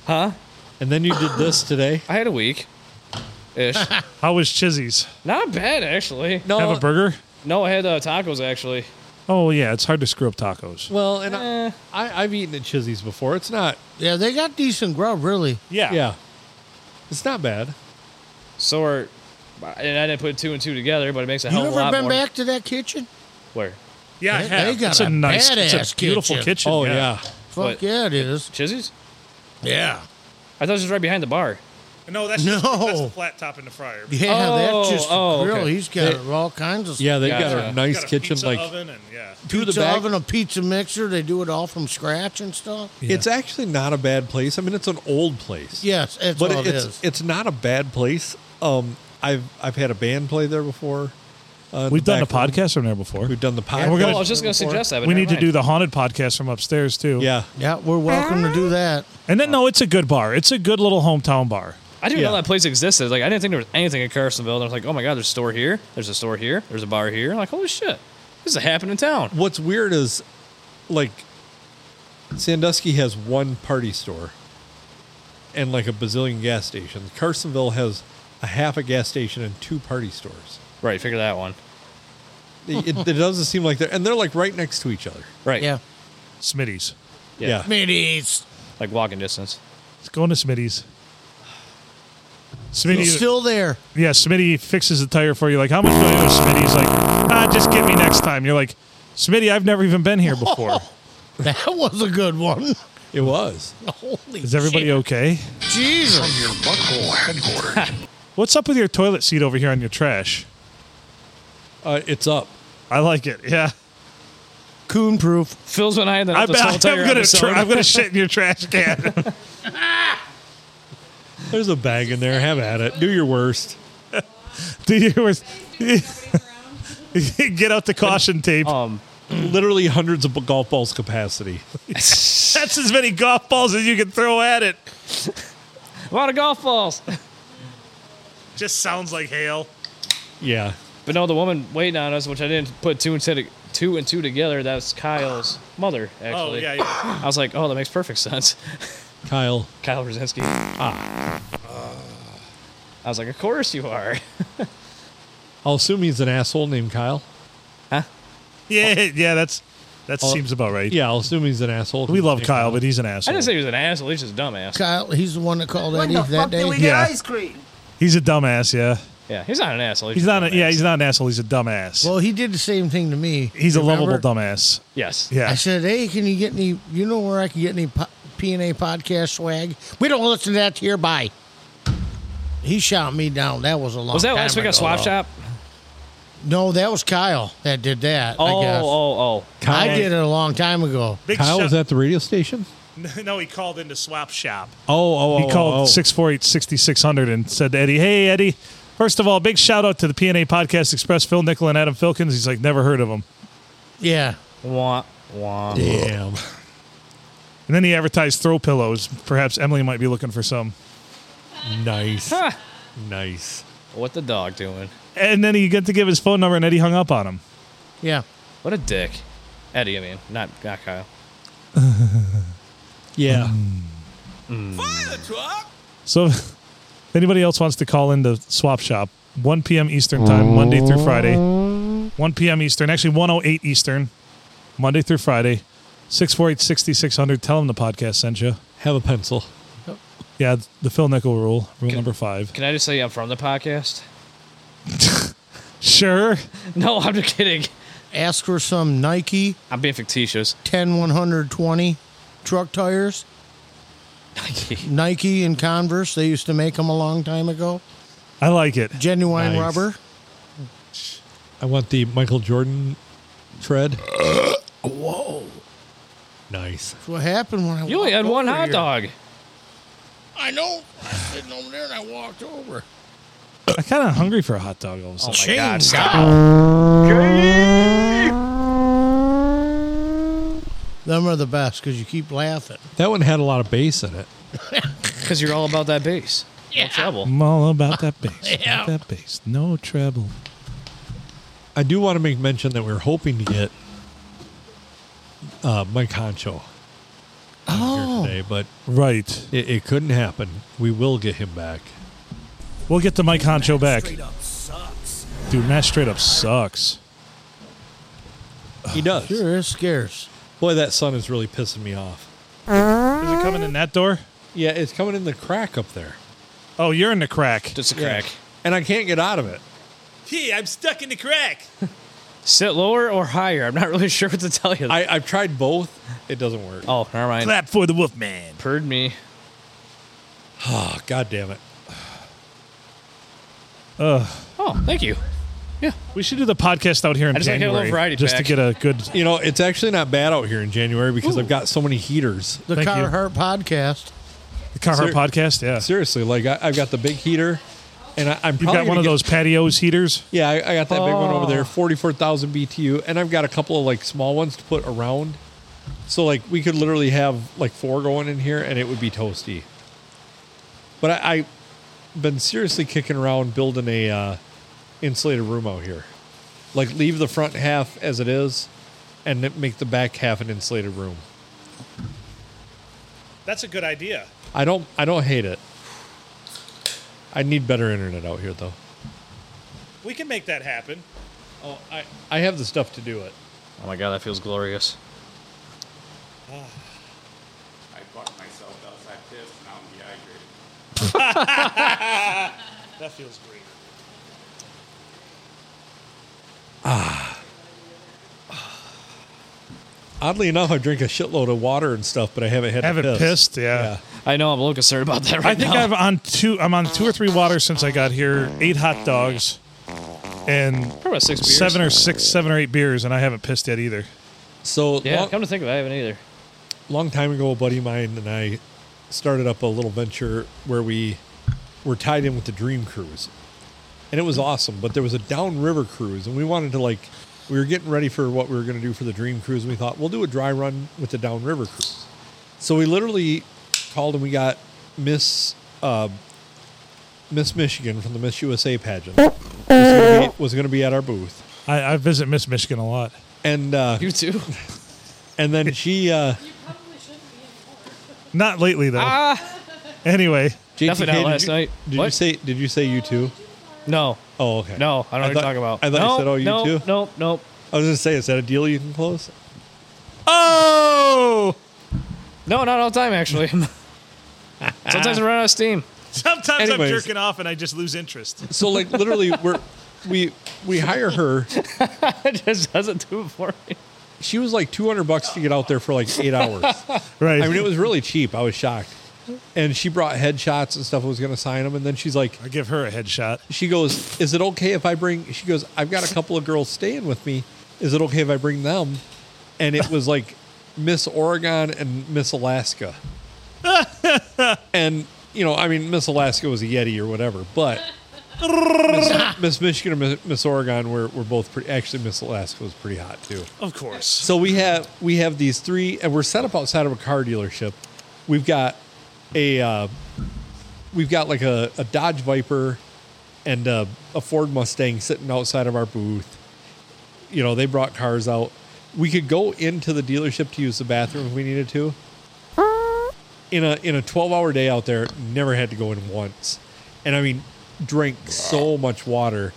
Huh?
and then you did this today.
I had a week. Ish.
how was Chizzy's?
Not bad, actually.
Oh.
No,
Have a burger?
No, I had uh, tacos, actually.
Oh yeah, it's hard to screw up tacos.
well, and
Eh.
I, I, I've eaten at Chizzy's before. It's not,
Yeah, they got decent grub, really.
Yeah.
yeah, it's not bad.
So are. And I didn't put two and two together, but it makes a hell
you
of a lot
ever been
more.
back to that kitchen?
Where?
Yeah, I
They-
have.
they got
it's a,
a
nice, it's
badass
a beautiful
kitchen.
kitchen.
Oh yeah.
Fuck
What?
yeah, it is.
Chizzy's?
Yeah.
I thought it was right behind the bar.
No, that's
just- No. that's the
flat top in the fryer.
Yeah,
Oh,
that's just
oh,
real.
okay.
He's got
They-
all kinds of
Yeah, they got
Gotcha.
a nice kitchen. Like
and yeah.
to the
pizza
back.
oven, a pizza mixer. They do it all from scratch and stuff.
It's actually not a bad place. I mean, it's an old place.
Yes, that's
but
all it
it's
is.
it's not a bad place. Um, I've I've had a band play there before. Uh, in
We've done the
back room.
podcast from there before.
We've done the podcast.
we're
Oh,
gonna-
I was just going to suggest that. But
We
never
need to
mind.
do the haunted podcast from upstairs too.
yeah. Uh,
yeah, we're welcome to do that.
And then no, it's a good bar. It's a good little hometown bar.
I didn't know
Yeah.
that place existed. Like I didn't think there was anything in Carsonville. And I was like, oh my god, there's a store here. There's a store here. There's a bar here. I'm like, holy shit, this is happening in town.
What's weird is, like, Sandusky has one party store, and like a bazillion gas stations. Carsonville has a half a gas station and two party stores.
Right, figure that one.
It, it, it doesn't seem like they're and they're like right next to each other.
Right.
Yeah,
Smitty's.
Yeah.
yeah.
Middies.
Like walking distance.
It's going to Smitty's. Smitty,
He's still there.
yeah, Smitty fixes the tire for you. Like, how much do I owe Smitty's like, ah, just get me next time. You're like, Smitty, I've never even been here before.
That was a good one.
It was.
Holy
Is everybody
shit.
okay?
Jesus.
Your butthole headquarters.
What's up with your toilet seat over here on your trash?
Uh, it's up.
I like it. Yeah,
Coon proof.
Phil's been eyeing that
I
up this whole
bet I'm
entire
gonna
episode.
tr- I'm gonna shit in your trash can.
There's a bag in there. Have at it. Do your worst.
Do you was-
Nobody's around.
get out the caution tape?
um,
Literally hundreds of golf balls capacity.
That's as many golf balls as you can throw at it.
a lot of golf balls.
Just sounds like hail.
Yeah.
But no, the woman waiting on us, which I didn't put two and two, two and two together. That's Kyle's mother. Actually,
Oh yeah, yeah.
I was like, oh, that makes perfect sense.
Kyle.
Kyle Brzezinski. Ah. I was like, of course you are.
I'll assume he's an asshole named Kyle.
yeah, yeah. That's that
Oh,
seems about right.
Yeah, I'll assume he's an asshole.
We love
named
Kyle, but he's an
I
asshole.
didn't say he was an asshole. He's just a dumbass.
Kyle, he's the one that called Eddie that day.
get Yeah. ice
cream?
He's a dumbass. Yeah,
Yeah, he's not an asshole.
he's
just
not. A, yeah,
dumbass.
he's not an asshole. He's a dumbass.
Well, he did the same thing to me.
he's a
Remember?
lovable dumbass.
Yes.
Yeah.
I said, "Hey, can you get any? You know where I can get any po- P&A podcast swag? We don't listen to that here. Bye." He shot me down. That was a long.
Was that
time
last week
ago,
at Swap
though.
Shop?
No, that was Kyle that did that.
Oh,
I guess.
oh, oh.
I
Kyle-
did it a long time ago.
Big
Kyle
shot-
was at the radio station.
No, he called into swap shop.
Oh, oh,
He called 648-6600 and said to Eddie, "Hey, Eddie." First of all, big shout out to the PNA Podcast Express, Phil Nickel and Adam Filkins. He's like, never heard of him.
Yeah.
Wah, wah.
Damn.
And then he advertised throw pillows. Perhaps Emily might be looking for some.
nice.
Ha!
nice.
What the dog doing?
And then he got to give his phone number, and Eddie hung up on him.
Yeah.
What a dick. Eddie, I mean, not, not Kyle.
Yeah.
Mm.
Mm.
So, if anybody else wants to call into Swap Shop, 1 p.m. Eastern time, Monday through Friday. 1 p.m. Eastern, actually 108 Eastern, Monday through Friday. 648-6600. Tell them the podcast sent you.
Have a pencil.
Yeah, the Phil Nickel rule, rule number five.
Can I just say I'm from the podcast?
Sure.
No, I'm just kidding.
Ask for some Nike
I'm being fictitious.
10 120 truck tires. Nike and Converse. They used to make them a long time ago.
I like it.
Genuine
Nice.
rubber.
I want the Michael Jordan tread. Whoa. Nice.
That's what happened when I
You only
walked
had one
Oh, over
hot
here.
dog.
I know. I was sitting over there and I walked over.
I kind of hungry for a hot dog. All of a sudden.
Chain
Oh God, stop.
Them are the best because you keep laughing.
That one had a lot of bass in it.
Because you're all about that bass. Yeah. No trouble.
I'm all about that bass. About that bass. No treble.
I do want to make mention that we are hoping to get uh, Mike Honcho
Oh,
today, but
Right.
it, it couldn't happen. We will get him back.
We'll get the Mike Honcho back. Dude, Matt straight up sucks.
He does.
sure is scarce. Boy,
Uh, Boy, that sun is really pissing me off.
Is it coming in that door?
Yeah, it's coming in the crack up there,
Oh, you're in the crack.
Just a crack.
and I can't get out of it.
Gee, I'm stuck in the crack.
Sit lower or higher. I'm not really sure what to tell you.
I, I've tried both; it doesn't work.
oh, never mind.
Clap for the Wolfman.
Purred me.
Oh, God damn it!
Oh, thank you.
We should do the podcast out here in
I just wanna get a
January
little variety
just
pack.
to get a good.
You know, it's actually not bad out here in January because I've got so many heaters.
The
Thank you.
Carhartt podcast.
The Carhartt
Ser-
podcast, yeah.
Seriously, like I, I've got the big heater, and I, I'm
You've
probably
got one
gonna
of
get-
those patios heaters.
Yeah, I, I got that big one over
Oh.
there, forty-four thousand BTU, and I've got a couple of like small ones to put around. So like we could literally have like four going in here, and it would be toasty. But I, I've been seriously kicking around building a uh, insulated room out here. Like leave the front half as it is, and then make the back half an insulated room.
That's a good idea.
I don't I don't hate it. I need better internet out here though.
We can make that happen.
Oh, I I have the stuff to do it.
Oh my god, that feels glorious.
I bucked myself outside pissed and now I'm dehydrated.
That feels great.
Oddly enough, I drink a shitload of water and stuff, but I haven't had to
Haven't
piss.
pissed, yeah.
I know I'm a little concerned about that right
I think
now.
I've on two. I'm on two or three waters since I got here. Eight hot dogs, and
Probably about six beers.
seven or six, seven or eight beers, and I haven't pissed yet either.
So
Yeah,
long,
come to think of it, I haven't either.
long time ago, a buddy of mine and I started up a little venture where we were tied in with the Dream Cruise, and it was awesome. But there was a downriver cruise, and we wanted to like we were getting ready for what we were going to do for the Dream Cruise, and we thought we'll do a dry run with the downriver cruise. So we literally called and we got Miss uh, Miss Michigan from the Miss USA pageant was gonna be- was going to be at our booth.
I, I visit Miss Michigan a lot.
and uh,
You too.
and then she uh,
You probably shouldn't be in court.
Not lately though.
ah,
Anyway,
JTK,
Definitely not
did
last
you,
night.
Did you
What?
say? Did you say you too?
no,
Oh, okay.
no, I don't know what
thought-
you're talking about.
I thought
no,
you said, "Oh, you
no,
too."
No, no,
I was gonna say, is that a deal you can close?
oh,
no, not all the time actually. Sometimes I run out of steam.
sometimes
Anyways.
I'm jerking off and I just lose interest.
So like literally, we're we we hire her.
It just doesn't do it for me.
She was like two hundred bucks to get out there for like eight hours.
Right.
I mean, it was really cheap. I was shocked. And she brought headshots and stuff. I was gonna sign them, and then she's like,
I give her a headshot.
she goes, "Is it okay if I bring?" She goes, "I've got a couple of girls staying with me. Is it okay if I bring them?" And it was like Miss Oregon and Miss Alaska. and you know, I mean, Miss Alaska was a Yeti or whatever, but Miss, Miss Michigan and Miss, Miss Oregon were, were both pretty. Actually, Miss Alaska was pretty hot too.
Of course.
So we have we have these three, and we're set up outside of a car dealership. We've got a uh, we've got like a, a Dodge Viper and a, a Ford Mustang sitting outside of our booth. You know, they brought cars out. We could go into the dealership to use the bathroom if we needed to. In a in a twelve hour day out there, never had to go in once, and I mean, drank so much water,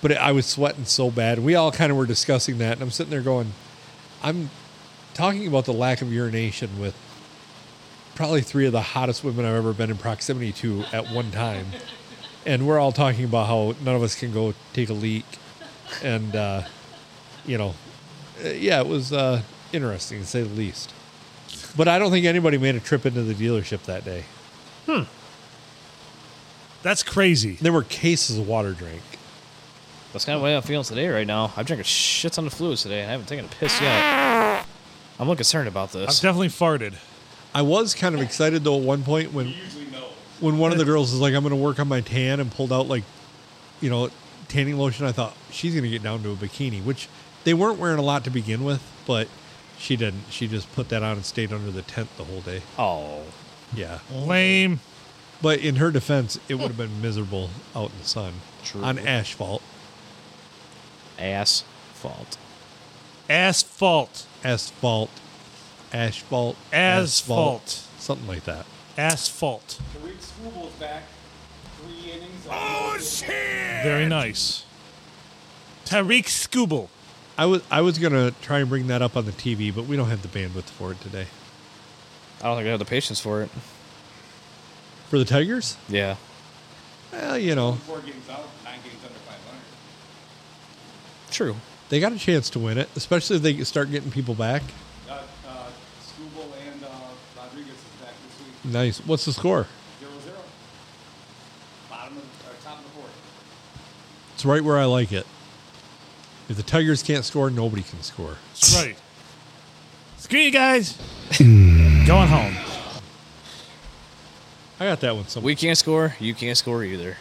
but I was sweating so bad. We all kind of were discussing that, and I'm sitting there going, I'm talking about the lack of urination with probably three of the hottest women I've ever been in proximity to at one time. And we're all talking about how none of us can go take a leak. And, uh, you know, uh, yeah, it was uh, interesting to say the least. But I don't think anybody made a trip into the dealership that day.
That's crazy.
There were cases of water drink.
That's kind of what I'm feeling today right now. I'm drinking shit ton of fluids today, and I haven't taken a piss yet. I'm a little concerned about
I've
this.
definitely farted.
I was kind of excited though at one point when when one of the girls was like, "I'm going to work on my tan," and pulled out like, you know, tanning lotion. I thought she's going to get down to a bikini, which they weren't wearing a lot to begin with, but she didn't. She just put that on and stayed under the tent the whole day.
Oh,
Yeah,
Lame.
but in her defense, it would have been miserable out in the sun
True.
on asphalt,
ass fault.
Asphalt.
asphalt, asphalt,
Asphalt.
something like that.
Asphalt.
The week Scoobles back. Three innings. of-
Oh, Very nice. Tariq Skubal.
I was I was gonna try and bring that up on the TV, but we don't have the bandwidth for it today.
I don't think I have the patience for it.
For the Tigers?
Yeah.
Well, you know,
Four games out, nine games under 500.
True.
they got a chance to win it, especially if they start getting people back.
Uh, uh, Scooble and uh, Rodriguez is back this week.
Nice. What's the score?
Zero zero. Bottom of the, or top of the fourth.
It's right where I like it. If the Tigers can't score, nobody can score.
That's right. Screw you guys.
Hmm.
Going home.
I got that one. Somewhere.
We can't score. You can't score either.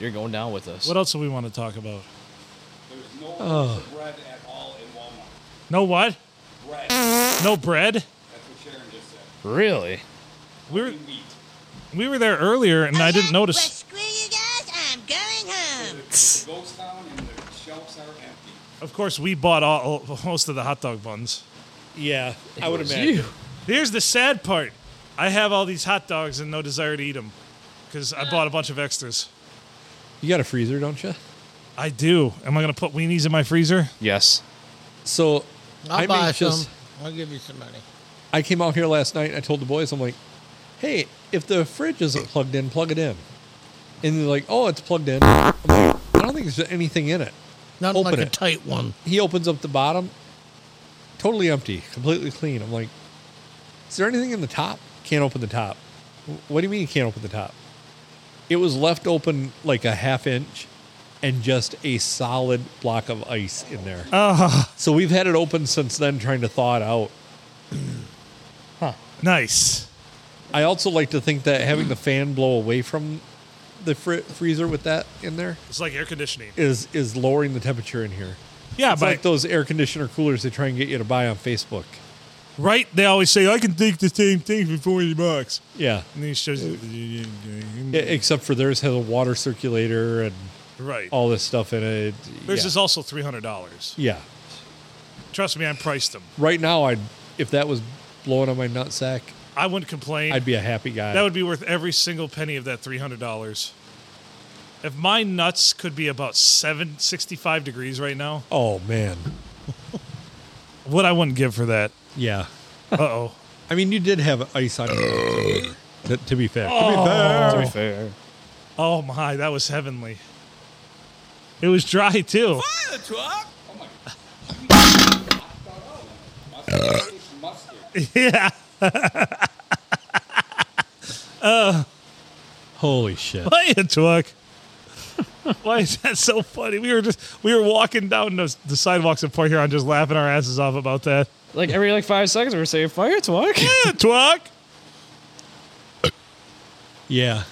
You're going down with us.
What else do we want to talk about?
There's no
Oh.
bread at all in Walmart.
No what?
Bread. That's
No bread?
what Sharon just said.
Really?
We were
Wheat.
we were there earlier and I didn't
Well,
notice.
screw you guys. I'm going home.
It's a ghost town and the shelves are empty.
Of course, we bought all most of the hot dog buns.
yeah, I would
was
imagine.
you.
Here's the sad part. I have all these hot dogs and no desire to eat them because I bought a bunch of extras.
You got a freezer, don't you?
I do. Am I going to put weenies in my freezer?
Yes.
So
I'll
I
buy
make
some.
this-
I'll give you some money.
I came out here last night and I told the boys, I'm like, hey, if the fridge isn't plugged in, plug it in. And they're like, oh, it's plugged in. I'm like, I don't think there's anything in it.
Not
Open
like a
it.
tight one.
he opens up the bottom, totally empty, completely clean. I'm like, is there anything in the top? Can't open the top. "Wh- What do you mean you can't open the top? It was left open like a half inch and just a solid block of ice in there. So we've had it open since then, trying to thaw it out.
Nice.
I also like to think that having the fan blow away from the fr- freezer with that in there
It's like air conditioning.
is is lowering the temperature in here.
Yeah,
It's
but
like those air conditioner coolers they try and get you to buy on Facebook.
right? They always say I can take the same thing for forty bucks.
Yeah.
And he shows
Uh,
you.
E- Except for theirs has a water circulator and
Right.
all this stuff in it.
Theirs
oh, yeah.
is also three hundred dollars.
yeah.
Trust me, I priced them.
Right now, I'd if that was blowing on my nutsack,
I wouldn't complain.
I'd be a happy guy.
that would be worth every single penny of that three hundred dollars. If my nuts could be about seven, 65 degrees right now,
oh man.
what I wouldn't give for that.
Yeah.
Uh oh.
I mean, you did have ice on. your to, to be fair. To be fair.
To be fair.
Oh my, that was heavenly. It was dry too.
It's mustard.
yeah.
Holy shit.
Why you took? Why is that so funny? We were just we were walking down the, the sidewalks of Port Huron, just laughing our asses off about that.
Like every like five seconds, we're saying fire talk.
Yeah, twuck.
Yeah.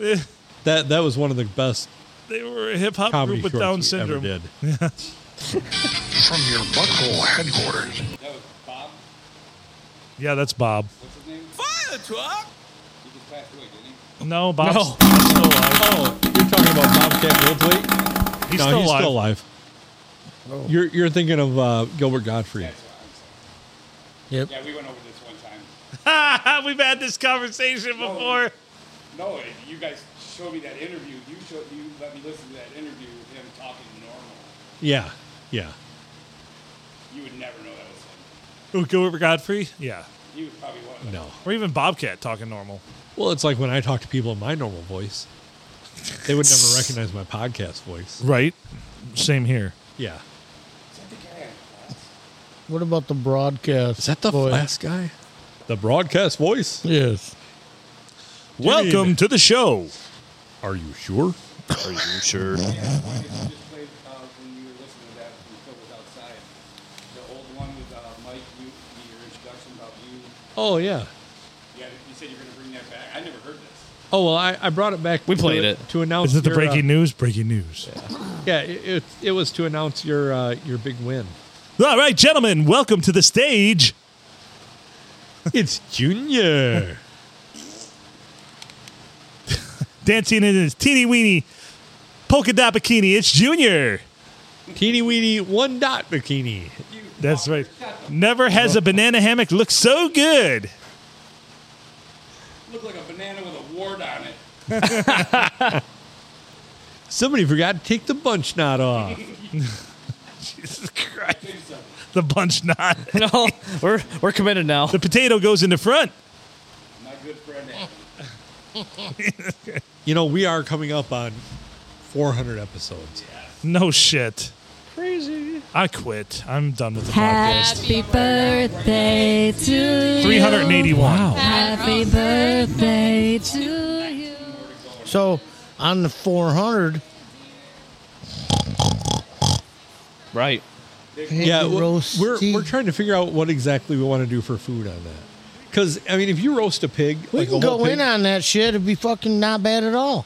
Eh,
That that was one of the best
They were a hip hop
comedy
group with
shorts
Down
we
syndrome.
ever did.
From your butthole headquarters.
That was Bob.
Yeah, that's Bob.
What's his name? Fire truck. He just passed away, didn't he?
No, Bob's
No.
Bob's still alive.
Oh, you're talking about Bobcat Goldthwait?
He's,
no,
still,
he's
alive.
still alive. You're you're thinking of uh, Gilbert Gottfried.
That's what I'm saying.
Yep.
Yeah, we went over this one time.
We've had this conversation
No.
before.
No, you guys showed me that interview. You showed you let me listen to that interview with him talking normal.
Yeah, yeah.
You would never know that was him.
Who, Gilbert Godfrey? Yeah.
He was probably one of them.
No.
Or even Bobcat talking normal.
Well, it's like when I talk to people in my normal voice, they would never recognize my podcast voice.
Right. Same here.
Yeah.
What about the broadcast? voice?
guy? The broadcast voice?
Yes.
Welcome to the show.
Are you sure?
Are you sure?
Yeah, one that you just played uh, when you were listening to that when Phil was outside. The old one with uh, Mike, you, your introduction about you.
Oh yeah.
Yeah, you said you're going to bring that back. I never heard this.
Oh well, I, I brought it back.
We
to-
played it.
to announce.
Is it the
your, uh,
breaking news? Breaking news.
yeah, it, it, it was to announce your uh, your big win.
All right, gentlemen, welcome to the stage.
it's Junior.
Dancing in his teeny weeny polka dot bikini. It's Junior.
Teeny weeny one dot bikini.
That's right. Never has a banana hammock looked so good.
Looked like a banana with a wart on it.
Somebody forgot to take the bunch knot off.
Jesus Christ. The bunch knot.
no, we're we're committed now.
The potato goes in the front.
My good friend. Adam.
You know, we are coming up on 400 episodes.
No shit.
Crazy.
I quit. I'm done with the podcast.
Happy birthday to
381.
Happy birthday to you.
So on the 400,
Right.
Yeah,
you
we-
roast
we're,
Steve.
we're trying to figure out what exactly we want to do for food on that. Because, I mean, if you roast a pig,
we
like
can
a whole
go
pig,
in on that shit. It'd be fucking not bad at all.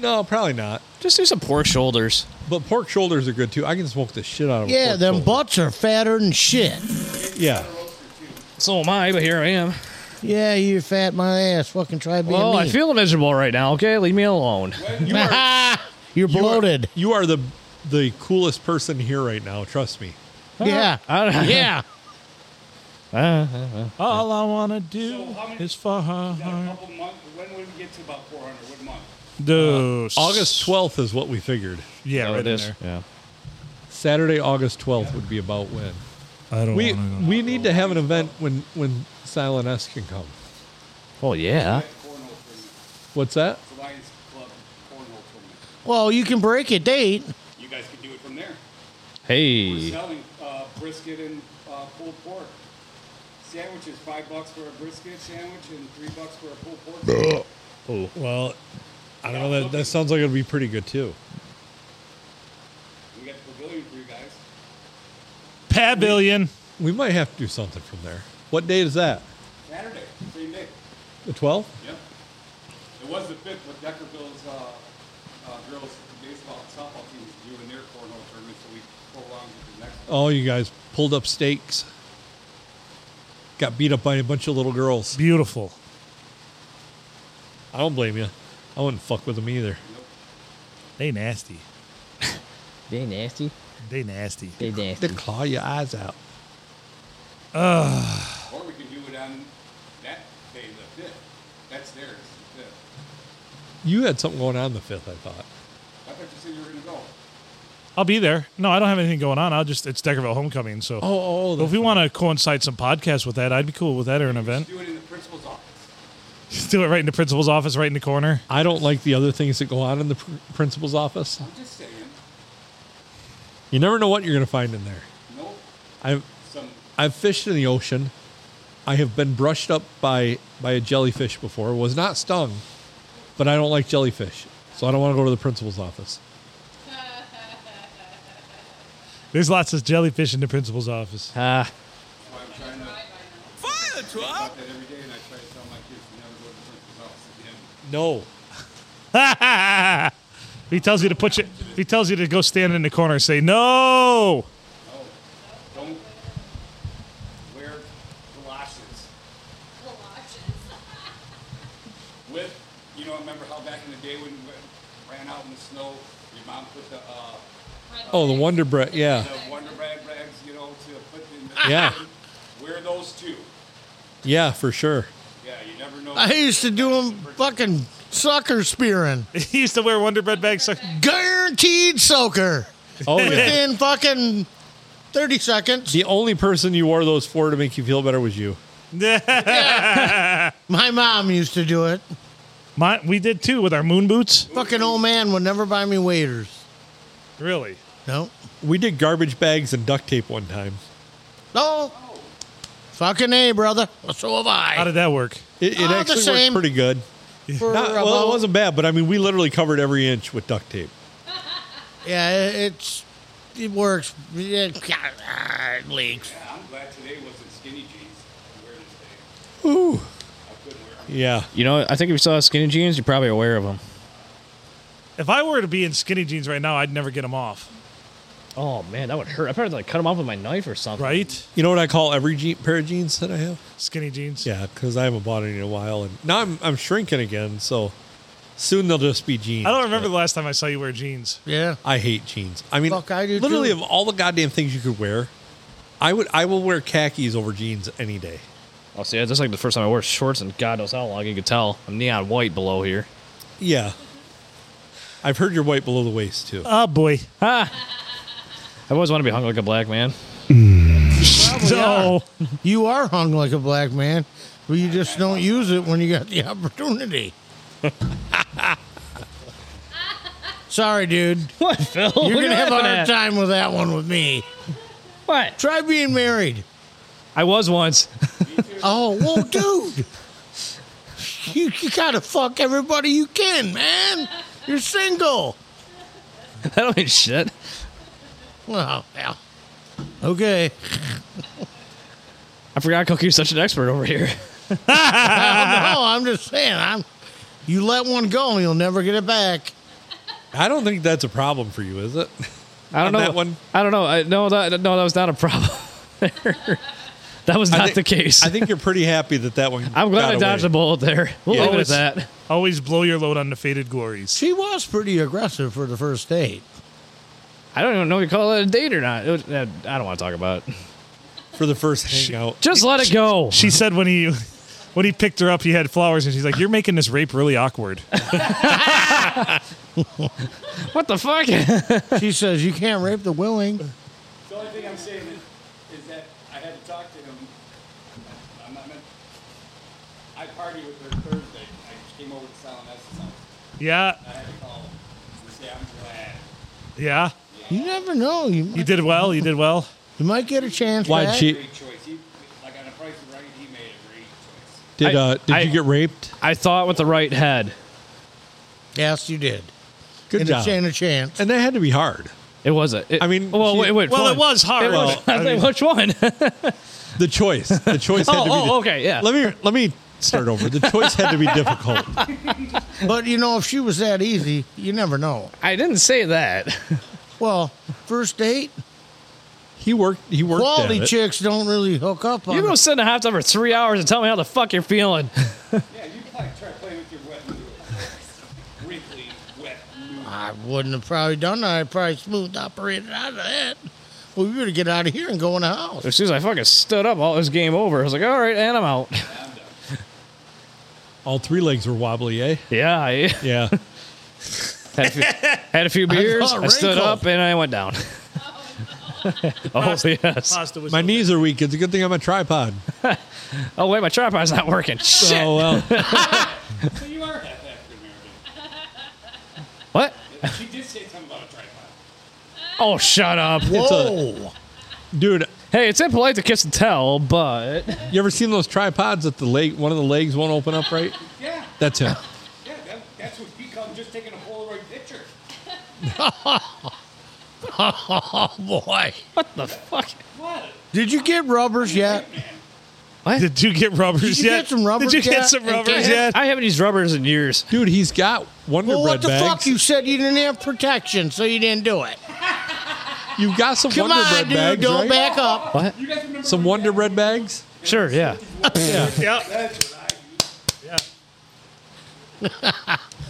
No, probably not.
Just do some pork shoulders.
But pork shoulders are good too. I can smoke the shit out of a
Yeah,
pork
them
shoulder.
butts are fatter than shit.
Yeah.
So am I, but here I am.
Yeah, you fat my ass. Fucking try being
Oh,
Well,
mean.
Oh, I feel miserable right now. Okay, leave me alone.
you are, you're bloated.
You are the the coolest person here right now. Trust me.
yeah,
I don't-
yeah.
All I want to do
So how many-
is for
Is that a
her.
couple months? When would we get to about 400? What month?
Dude.
August 12th is what we figured.
Yeah,
Oh,
right
it
in
is.
there.
Yeah.
Saturday, August 12th would be about when.
I don't
We
want to
we need to have an event when when Silent S can come.
Oh yeah.
Cornhole tournament.
What's that?
It's a Lions Club cornhole tournament.
Well, you can break a date.
You guys could do it from there. We're
Hey.
selling uh, brisket and uh, pulled pork. Sandwiches, five bucks for a brisket sandwich and three bucks for a pulled pork. sandwich.
Oh, Well, I don't know. That, that sounds like it'd be pretty good too.
we got the pavilion for you guys.
Pavilion.
We might have to do something from there. What day is that?
Saturday, free Nick.
The 12th?
Yep. It was the fifth, but Deckerville's uh, uh, girls baseball and softball team is doing their cornhole tournament, so we prolonged it to the next.
Oh, you guys pulled up stakes. Got beat up by a bunch of little girls.
Beautiful.
I don't blame you. I wouldn't fuck with them either.
They nasty.
They nasty.
They nasty.
They
They
nasty.
claw your eyes out.
Or we could do it on that day, the fifth. That's theirs, the fifth.
You had something going on the 5th, I thought.
I thought you said you were gonna go.
I'll be there. No, I don't have anything going on. I'll just it's Deckerville homecoming. So,
Oh,
So if we want to coincide some podcasts with that, I'd be cool with that or an event.
Do it in the principal's office.
Just do it right in the principal's office, right in the corner.
I don't like the other things that go on in the pr- principal's office.
I'm just saying.
You never know what you're going to find in there.
Nope.
I've,
Some
I've fished in the ocean. I have been brushed up by, by a jellyfish before. Was not stung, but I don't like jellyfish. So I don't want to go to the principal's office.
There's lots of jellyfish in the principal's office.
Ah.
so I'm trying to fire truck that every day, and I try to tell my kids to never go to the principal's office again.
No.
If he tells you to put you. If he tells you to go stand in the corner and say no.
Don't wear galoshes with. You know, remember how back in the day when we ran out in the snow, your mom put the uh,
Oh, the Wonder Bread. Yeah.
the Wonder Rag rags, you know, to put in the.
Yeah.
Wear those too.
Yeah, for sure.
Yeah, you never know.
I used to do them fucking sucker spearing.
he used to wear Wonder Bread bags. So
Guaranteed soaker.
Oh, yeah.
Within fucking 30 seconds,
the only person you wore those for to make you feel better was you.
my mom used to do it.
my, we did too with our moon boots.
Fucking old man would never buy me waders.
Really?
No.
We did garbage bags and duct tape one time.
No. Oh. Fucking A, brother. Well, so have
How
I.
did that work?
It, it
Oh, the
actually
same.
worked pretty good.
for
Not-
about,
well, it wasn't bad, but I mean, we literally covered every inch with duct tape.
yeah, it- it's it works. It it leaks.
Yeah, I'm glad today wasn't skinny jeans. I'm wearing today.
Ooh.
I couldn't wear 'em.
Yeah.
You know, I think if you saw skinny jeans, you're probably aware of them.
If I were to be in skinny jeans right now, I'd never get them off.
Oh man, that would hurt. I probably like cut them off with my knife or something.
Right?
You know what I call every je- pair of jeans that I have?
Skinny jeans.
Yeah, because I haven't bought any in a while, and now I'm I'm shrinking again. So soon they'll just be jeans.
I don't remember the last time I saw you wear jeans.
Yeah,
I hate jeans. I mean,
Fuck, I do
literally
too.
of all the goddamn things you could wear, I would I will wear khakis over jeans any day.
Oh, see, that's like the first time I wore shorts in God knows how long. You could tell I'm neon white below here.
Yeah. I've heard you're white below the waist too.
Oh, boy.
I always want to be hung like a black man.
So,
you are hung like a black man, but you just don't use it when you got the opportunity. Sorry, dude.
What, Phil?
You're
What are you
gonna have a
laughing
hard
at?
time with that one with me.
What?
Try being married.
I was once.
Oh, whoa, dude. You, you gotta fuck everybody you can, man. You're single.
that don't mean shit.
Well, yeah. Okay.
I forgot Cookie's such an expert over here.
I don't know. I'm just saying. I'm. You let one go, and you'll never get it back.
I don't think that's a problem for you, is it?
I
On
don't know
that one?
I don't know. I, no, that no, that was not a problem. that was not
I thi-
the case.
I think you're pretty happy that that one.
I'm glad
got
I dodged
away.
a bullet there. We'll
Yeah.
leave it
Always-
at that.
always blow your load on the faded glories.
She was pretty aggressive for the first date.
I don't even know if you call it a date or not. It was- uh, I don't want to talk about it.
for the first hangout.
Just let it go.
She said when he when he picked her up, he had flowers, and she's like, "You're making this rape really awkward."
What the fuck?
She says you can't rape the willing.
The only thing I'm saying is, is that I had to talk to him. I'm not meant. I partied with her Thursday. I came over to Silent S's house.
yeah,
I had to call him and say Oh, I'm glad.
yeah.
You never know. You
You
might,
did well. You did well.
you might get a chance.
Why'd
back.
she?
Great choice. He like on the Price is Right. He made a great choice.
Did
I-
uh, did
I-
you get raped?
I thought with the right head.
Yes, you did.
Good
and
job.
a chance. A chance.
And that had to be hard.
It wasn't. It,
I mean,
well,
she-
wait, wait.
Well,
which
it
one?
was hard.
It was-
Well,
I was like, which one?
The choice. The choice had
Oh,
to be.
oh,
di-
okay, yeah.
Let me let me start over. The choice had to be difficult.
But you know, if she was that easy, you never know.
I didn't say that.
Well, first date,
He worked. He worked.
quality
at it.
chicks don't really hook up on.
You're gonna
it.
sit in a hot tub for three hours and tell me how the fuck you're feeling.
Yeah, you can like try playing with your wet noodles. Wrinkly wet noodles.
I wouldn't have probably done that. I probably smooth operated out of that. Well, we better get out of here and go in the house.
As soon as I fucking stood up, all it was game over. I was like, all right, and I'm out.
All three legs were wobbly, eh?
Yeah, I
Yeah.
had a few, had a few beers.
got
I, stood
wrinkled.
up and I went down. oh yes.
pasta was
My knees are weak. It's a good thing I'm a tripod.
Oh wait, my tripod's not working. Shit.
Oh well.
So you are half African American.
What?
She did say something about a tripod.
Oh shut up.
It's a-
Whoa!
dude,
Hey, it's impolite to kiss and tell, but
you ever seen those tripods that the leg one of the legs won't open up right?
Yeah,
That's him.
yeah, that, that's what we call just taking a Polaroid picture.
Oh boy!
what the fuck?
What?
Did you get rubbers yet?
Did you get rubbers
Did you
yet?
get some rubbers
Did you get
yet?
some
And
rubbers
get-
yet?
I haven't used rubbers in years.
Dude, he's got Wonder
Well,
Bread
what the
bags.
fuck? You said you didn't have protection, so you didn't do it.
You've got some
Come
Wonder
on,
Bread
dude!
bags,
don't
right?
back up.
What?
You guys remember
Some
when
Wonder
we
Bread bags.
Sure, yeah.
Yeah.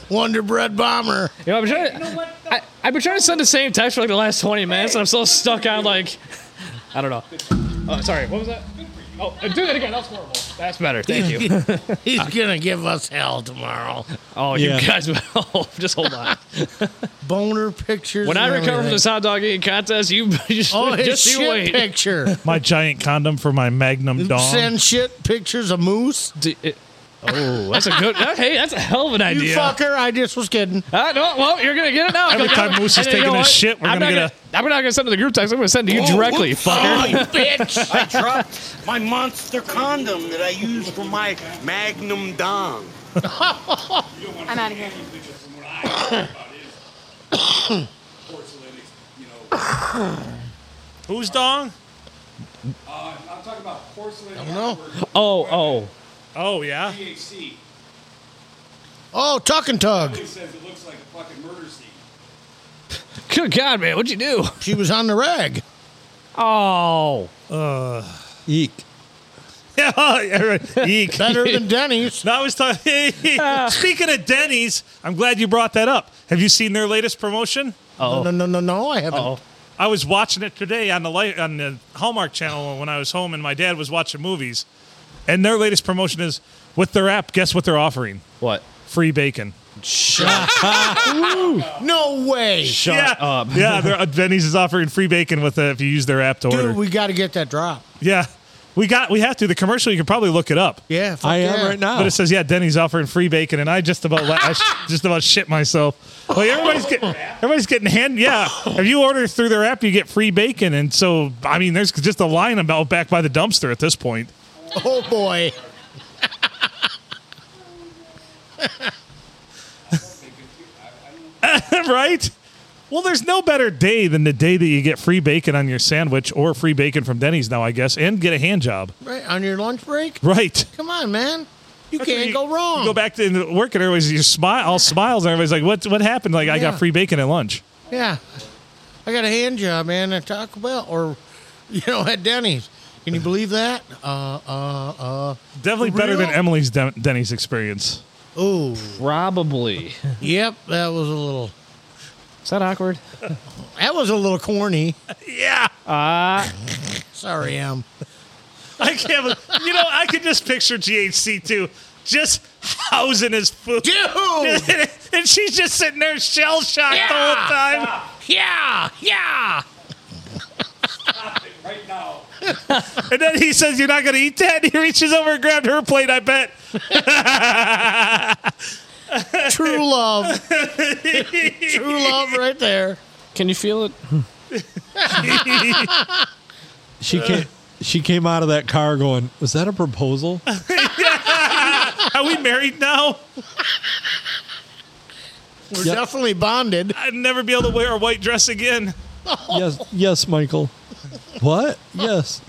Wonder Bread bomber.
You know, I've been trying to, I, I've been trying to send the same text for like the last 20 minutes, and I'm still stuck on like, I don't know. Oh, sorry, what was that? Oh, uh, do that again. That was horrible. That's better. Thank you.
He's gonna give us hell tomorrow.
Oh, you
Yeah.
guys, oh, just hold on.
Boner pictures.
When I
and
recover from
everything.
this hot dog eating contest, you just,
oh, his
just you
shit
wait.
picture.
My giant condom for my Magnum dong.
Send shit pictures of moose.
D- it- Oh, that's a good. that- hey, that's a hell of an
You
idea.
fucker! I just was kidding.
Ah, no, well, you're gonna get it now.
Every time Moose is
And then you
taking
know
his
what?
shit, we're
I'm
gonna
not
get
I'm not gonna send it to the group text. I'm gonna send it to you
Oh,
directly,
whoops.
fucker.
Oh, you bitch. I dropped my monster condom that I use for my magnum dong.
I'm out of here.
Who's dong?
Uh, I'm talking about porcelain.
I don't know.
Oh, oh.
Oh, yeah?
THC.
Oh, tuck and tug.
He says it looks like a fucking murder scene.
Good God, man, what'd you do?
She was on the rag.
Oh.
Uh,
Eek.
yeah, right. Eek.
Better than Denny's.
No, I was talking. Speaking of Denny's, I'm glad you brought that up. Have you seen their latest promotion?
Oh.
No, no, no, no, I haven't.
I was watching it today on the light on the Hallmark Channel when I was home, and my dad was watching movies. And their latest promotion is with their app. Guess what they're offering?
What?
Free bacon.
No way.
Shut
yeah,
up.
um,
yeah. Their, Denny's is offering free bacon with uh if you use their app to order.
Dude, we got to get that drop.
yeah, we got we have to. The commercial you can probably look it up.
Yeah, fuck
I
yeah.
am right now.
But it says, yeah, Denny's offering free bacon, and I just about la- I sh- just about shit myself. Like everybody's getting everybody's getting hand. Yeah, if you order through their app, you get free bacon, and so I mean, there's just a line about back by the dumpster at this point.
Oh boy.
right? Well, there's no better day than the day that you get free bacon on your sandwich or free bacon from Denny's now, I guess, and get a hand job.
Right on your lunch break?
Right.
Come on, man. You
That's when
can't
you-
go wrong.
You go back to into work and everybody's you smile, all smiles, and everybody's like, "What? What happened? Like, I
Yeah.
got free bacon at lunch."
Yeah. I got a hand job, man, at Taco Bell or, you know, at Denny's. Can you believe that? Uh, uh, uh.
Definitely
For
better than
real?
Emily's Den- Denny's experience.
uh. Ooh.
Probably.
Yep. That was a little,
Is that awkward?
that was a little corny.
Yeah,
Sorry, Em.
I can't. believe- you know, I could just picture GHC too, just housing his food,
Dude!
and she's just sitting there shell shocked the
Yeah.
whole time.
Yeah. Yeah.
Right now.
And then he says, "You're not going to eat that." And he reaches over and grabbed her plate. I bet.
True love. True love right there.
Can you feel it?
She came. She came out of that car going, "Was that a proposal?"
Oh. Are we married now?
We're
Yep.
definitely bonded.
I'd never be able to wear a white dress again.
yes, yes, Michael. What? Yes.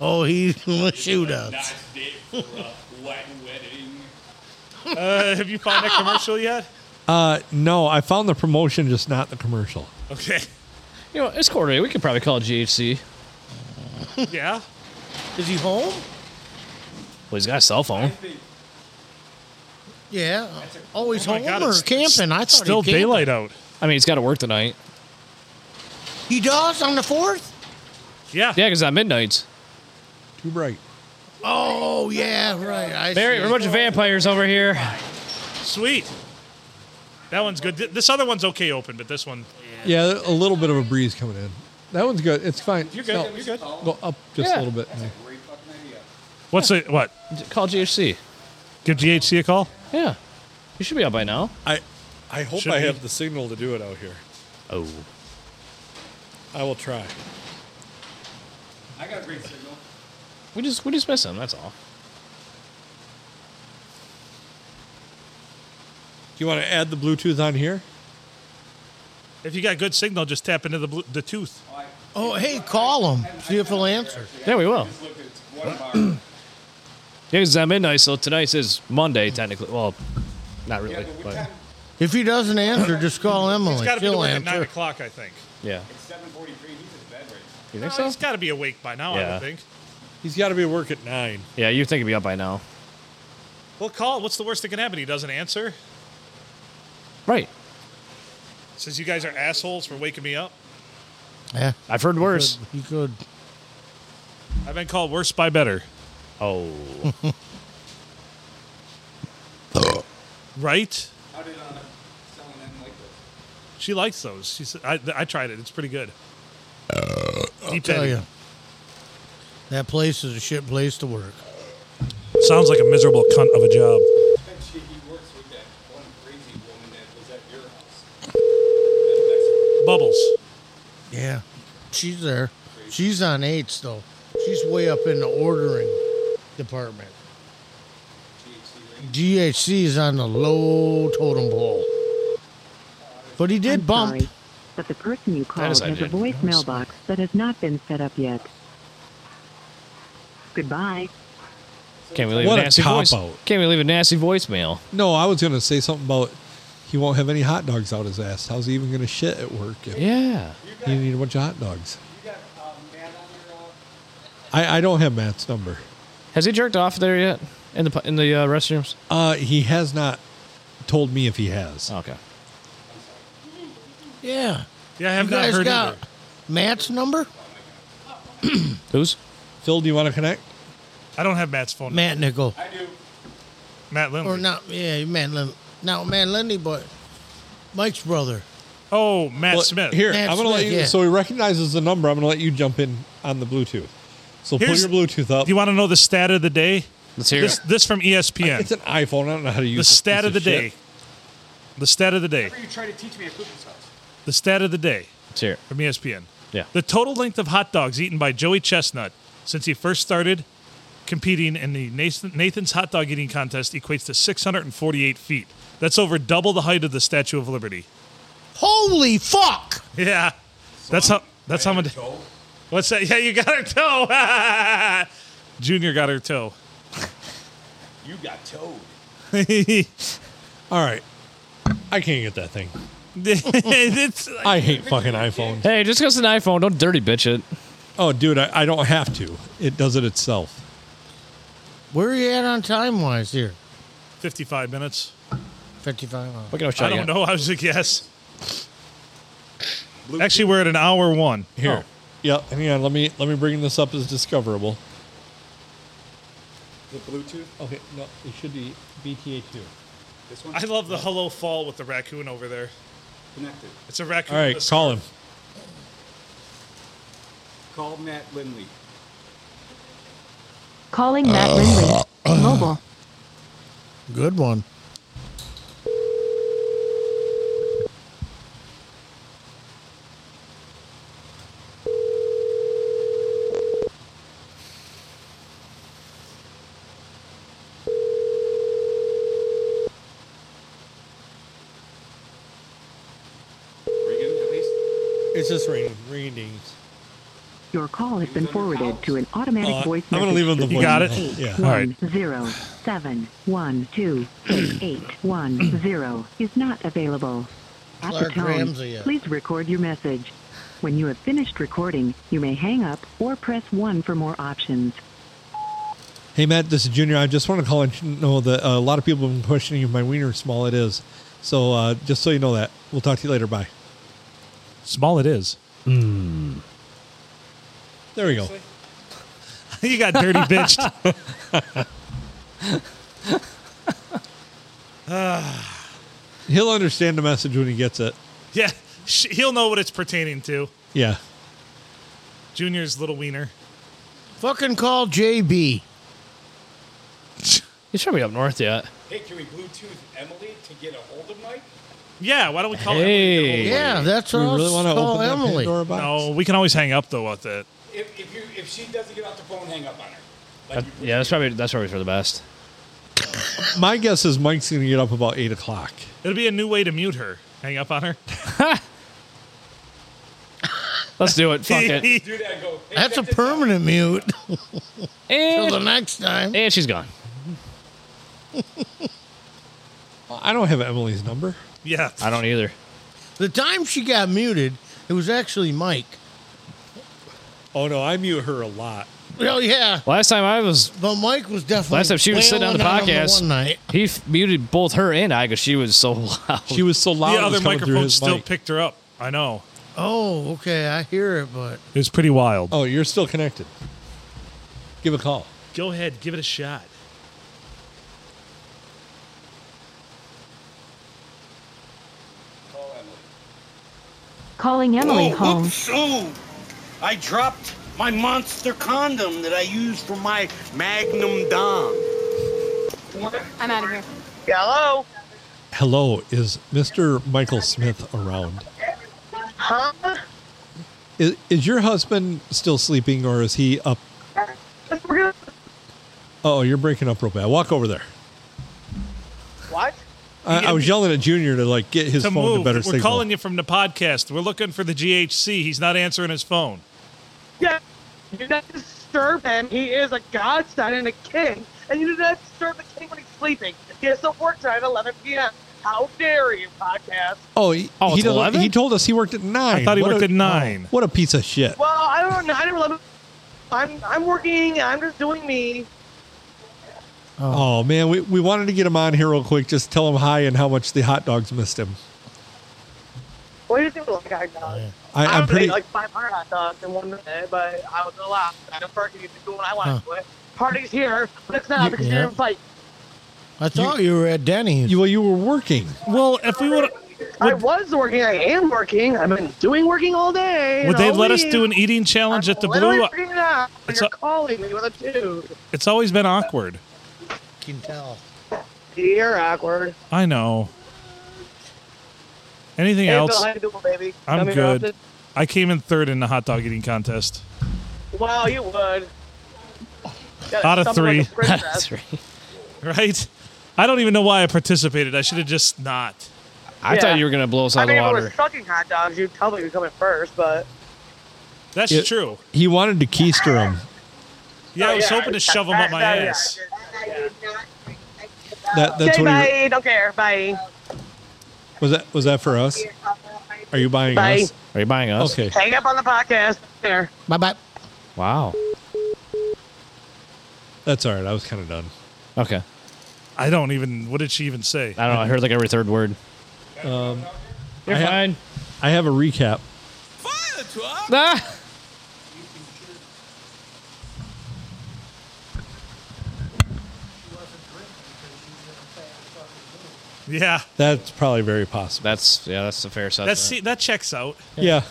Oh, he shoot us.
Nice day for a wet wedding.
Uh, have you found that commercial yet?
Uh, no, I found the promotion, just not the commercial.
Okay.
You know, it's quarterly. We could probably call it GHC.
Yeah. Oh
Is he home?
Well, he's got a cell
I
phone.
think
Yeah. Always
Oh my
home
God,
or
it's
camping? I thought
Still
he camped.
daylight out.
I mean, he's got to work tonight.
He does on the fourth.
Yeah.
Yeah, because at midnight.
Too bright.
Oh yeah, right. I
Barry,
see.
we're a bunch of vampires over here.
Sweet. That one's good. Th- This other one's okay open, but this one.
Yeah, a little bit of a breeze coming in. That one's good. It's fine.
You're good.
No,
You're good.
Go up just
Yeah.
a little bit.
it's a great fucking idea.
What's it? What?
Call GHC.
Give GHC a call.
Yeah. You should be out by now.
I, I hope
Should
I
be.
have the signal to do it out here.
Oh.
I will try.
I got a great signal.
We just we just miss him. That's all.
Do you want to add the Bluetooth on here?
If you got good signal, just tap into the blue, the tooth.
Oh hey, call him. See if he'll answer.
Yeah, we will.
Just look at one bar.
Yeah, 'cause it's at midnight, so tonight's is Monday technically. Well, not
Yeah,
really,
but what
but
time?
If he doesn't answer, just call Emily.
He's got to be to
She'll
work at nine
answer.
o'clock, I think.
yeah.
It's 7:43. He's in bed right now.
You
No,
think so?
He's got to be awake by now. I
Yeah.
would think.
He's got to be at work at nine.
Yeah, you think he'd be up by now,
Well, call. What's the worst that can happen? He doesn't answer.
right?
Says you guys are assholes for waking me up.
Yeah,
I've heard worse.
you could.
I've been called worse by better.
Oh,
Right?
How did uh, someone end like this?
She likes those. She said, I, I tried it. It's pretty good. Deep
Tell
Eddy.
you, that place is a shit place to work.
Sounds like a miserable cunt of a job. Bubbles.
Yeah, she's there. She's on eights though. She's way up in the ordering department. GHC is on the low totem pole. But he did
I'm
bump.
Sorry, but the person you called
is
has a
identity.
voicemail box that has not been set up yet. Goodbye.
Can't we leave
What
a
a
nasty voice?
cop-out.
Can't we leave a nasty voicemail?
No, I was gonna say something about he won't have any hot dogs out his ass. How's he even gonna shit at work? If
Yeah.
you need a bunch of hot dogs. I, I don't have Matt's number.
Has he jerked off there yet in the pu- in the uh, restrooms?
Uh, he has not told me if he
Uh,
has.
Oh, Okay.
Yeah.
Yeah, I have
you
not
guys
heard
got
either.
Matt's number.
Who's?
Phil, do you want to connect?
I don't have Matt's phone.
Matt Nickel. I
do.
Matt Lindley.
Or not? Yeah, Matt Lin. Not Matt Lindy, but Mike's brother.
Oh, Matt
Well,
Smith.
Here,
Matt
I'm gonna let
Smith,
you.
yeah.
So he recognizes the number. I'm gonna let you jump in on the Bluetooth. So
Here's-
pull your Bluetooth up.
Do you want to know the stat of the day?
Let's hear
this,
it.
This from E ESPN.
it's an iPhone. I don't know how to
the
use. this
stat
piece
of the day.
shit.
The stat of the day.
Whenever you try to teach me a cooking sauce.
The stat of the day
Let's hear it.
from E ESPN.
Yeah.
The total length of hot dogs eaten by Joey Chestnut since he first started competing in the Nathan- Nathan's Hot Dog Eating Contest equates to 648 feet. That's over double the height of the Statue of Liberty.
Holy fuck!
Yeah. That's how. That's how much. What's that? Yeah, you got her toe. Junior got her toe.
You got towed.
All right, I can't get that thing.
it's like-
I hate fucking iPhones.
Hey, just because it's an iPhone, don't dirty bitch it.
Oh, dude, I, I don't have to. It does it itself.
Where are you at on time wise here?
55 minutes.
Fifty-five. hours.
Fucking
I
shot
don't know. I was a guess. Actually, we're at an hour one.
Here. Yep. Hang on. Let me let me bring this up as discoverable.
The Bluetooth?
Okay. No, it should be BTA two.
This one?
I love the hello fall with the raccoon over there.
Connected.
It's a raccoon.
All right.
with a
Call him.
Call Matt Lindley.
Calling Matt Lindley. Mobile.
Good one.
Regan, at least.
It's just ringing. Ringing dings.
Your call has been forwarded to an automatic
Uh,
voice
I'm
message.
gonna leave him the
You got it?
Eight
Yeah.
All right.
one zero seven one two six eight one zero is not available. At
Clark
the tone,
Ramsey, uh,
please record your message. When you have finished recording, you may hang up or press one for more options.
Hey Matt, this is Junior. I just want to call and you know that uh, a lot of people have been questioning if my wiener is small. It is. So uh, just so you know that. We'll talk to you later. Bye.
Small it is.
There we go.
you got dirty bitched.
He'll understand the message when he gets it.
Yeah. Sh- he'll know what it's pertaining to.
Yeah.
Junior's little wiener.
Fucking call JB.
He's probably up north yet.
Hey, can we Bluetooth Emily to get a hold of Mike?
Oh, Yeah. Why don't we call him?
Hey.
Yeah, that's
Do
what
we
I was
really want to
call
open that
Emily.
Pandora box?
No, we can always hang up though with that.
If, if you if she doesn't get off the phone, hang up on her. Like
That-
you-
yeah, that's probably that's probably for the best.
My guess is Mike's going to get up about eight o'clock.
It'll be a new way to mute her. Hang up on her.
Let's do it. Fuck it.
do that and go. Hey,
That's a
check this
permanent mute. Till the
And,
next time.
and she's gone.
I don't have Emily's number.
yeah.
I don't either.
The time she got muted, it was actually Mike.
Oh no, I mute her a lot.
Well, yeah,
Last time I was,
but Mike was definitely.
last time she was sitting on the
wailing him
podcast,
one night.
he f- muted both her and I because she was so loud.
She was so loud.
The
it was
other
coming through
microphone
his
still
mic.
picked her up. I know.
Oh, okay, I hear it, but
It was pretty wild.
Oh, you're still connected. Give a call.
Go ahead, give it a shot.
Calling Emily
oh,
home.
whoops. Oh, I dropped my monster condom that I use for my Magnum Dom.
I'm out of here.
Hello?
Hello, is Mr. Michael Smith around?
Huh?
Is, is your husband still sleeping or is he up? Oh, you're breaking up real bad. Walk over there.
What?
I, I was yelling at Junior to like get his
to
phone
move.
to better
We're
signal.
calling you from the podcast. We're looking for the GHC. He's not answering his phone.
Yeah, you do not disturb him. He is a godson and a king, and you do not disturb the king when he's sleeping. He has to work tonight at 11 p.m. How dare you, podcast?
oh, he,
Oh,
he,
it's
doesn't-
11?
he told us he worked at nine.
I thought he worked
a-
at nine.
What a piece of shit.
Well, I don't know. I didn't remember. I'm I'm working. I'm just doing me.
Oh, man, we, we wanted to get him on here real quick. Just tell him hi and how much the hot dogs missed him.
What do you think? Like I know.
I,
I
I'm
ate,
pretty.
like five hundred hot dogs in one minute, but I was allowed. I don't party to do what I want
Huh.
to do it. Party's here, but it's not because
yeah.
you're in a fight.
I thought you, were at Denny's.
well, you were working.
Well, if we would,
I was working. I am working. I've been doing working all day.
Would
and
they
all
let us
week.
do an eating challenge at the
Literally
Blue?
freaking out.
It's
You're
a-
calling me with a dude.
It's always been awkward.
Can tell.
You're awkward.
I know. Anything
Hey, Bill,
else?
how you doing, baby?
I'm
Come here,
good.
Austin.
I came in third in the hot dog eating contest.
Wow, you would. Gotta
Out of
stumble like
three.
a princess.
Right? I don't even know why I participated. I should have just not.
I
Yeah.
thought you were gonna blow us out
I
of the
mean, if it
water.
was sucking hot dogs, you'd tell me you're coming first, but
That's
It-
true.
He wanted to keister him.
Yeah, I
Oh,
was
yeah.
hoping to shove them up my
Yeah, yeah.
ass.
That, that's
okay,
what he,
bye. Don't care. Bye.
was that was that for us? Are you buying
Bye.
us?
Are you buying us?
Okay.
Hang up on the podcast. There.
Bye bye.
Wow.
That's all right. I was kind of done.
Okay.
I don't even. What did she even say?
I don't know. I heard like every third word.
Um,
You're
I ha-
fine.
I have a recap.
Ah!
Yeah,
That's probably very possible.
That's yeah. That's a fair assessment.
that's see, that checks out.
Yeah.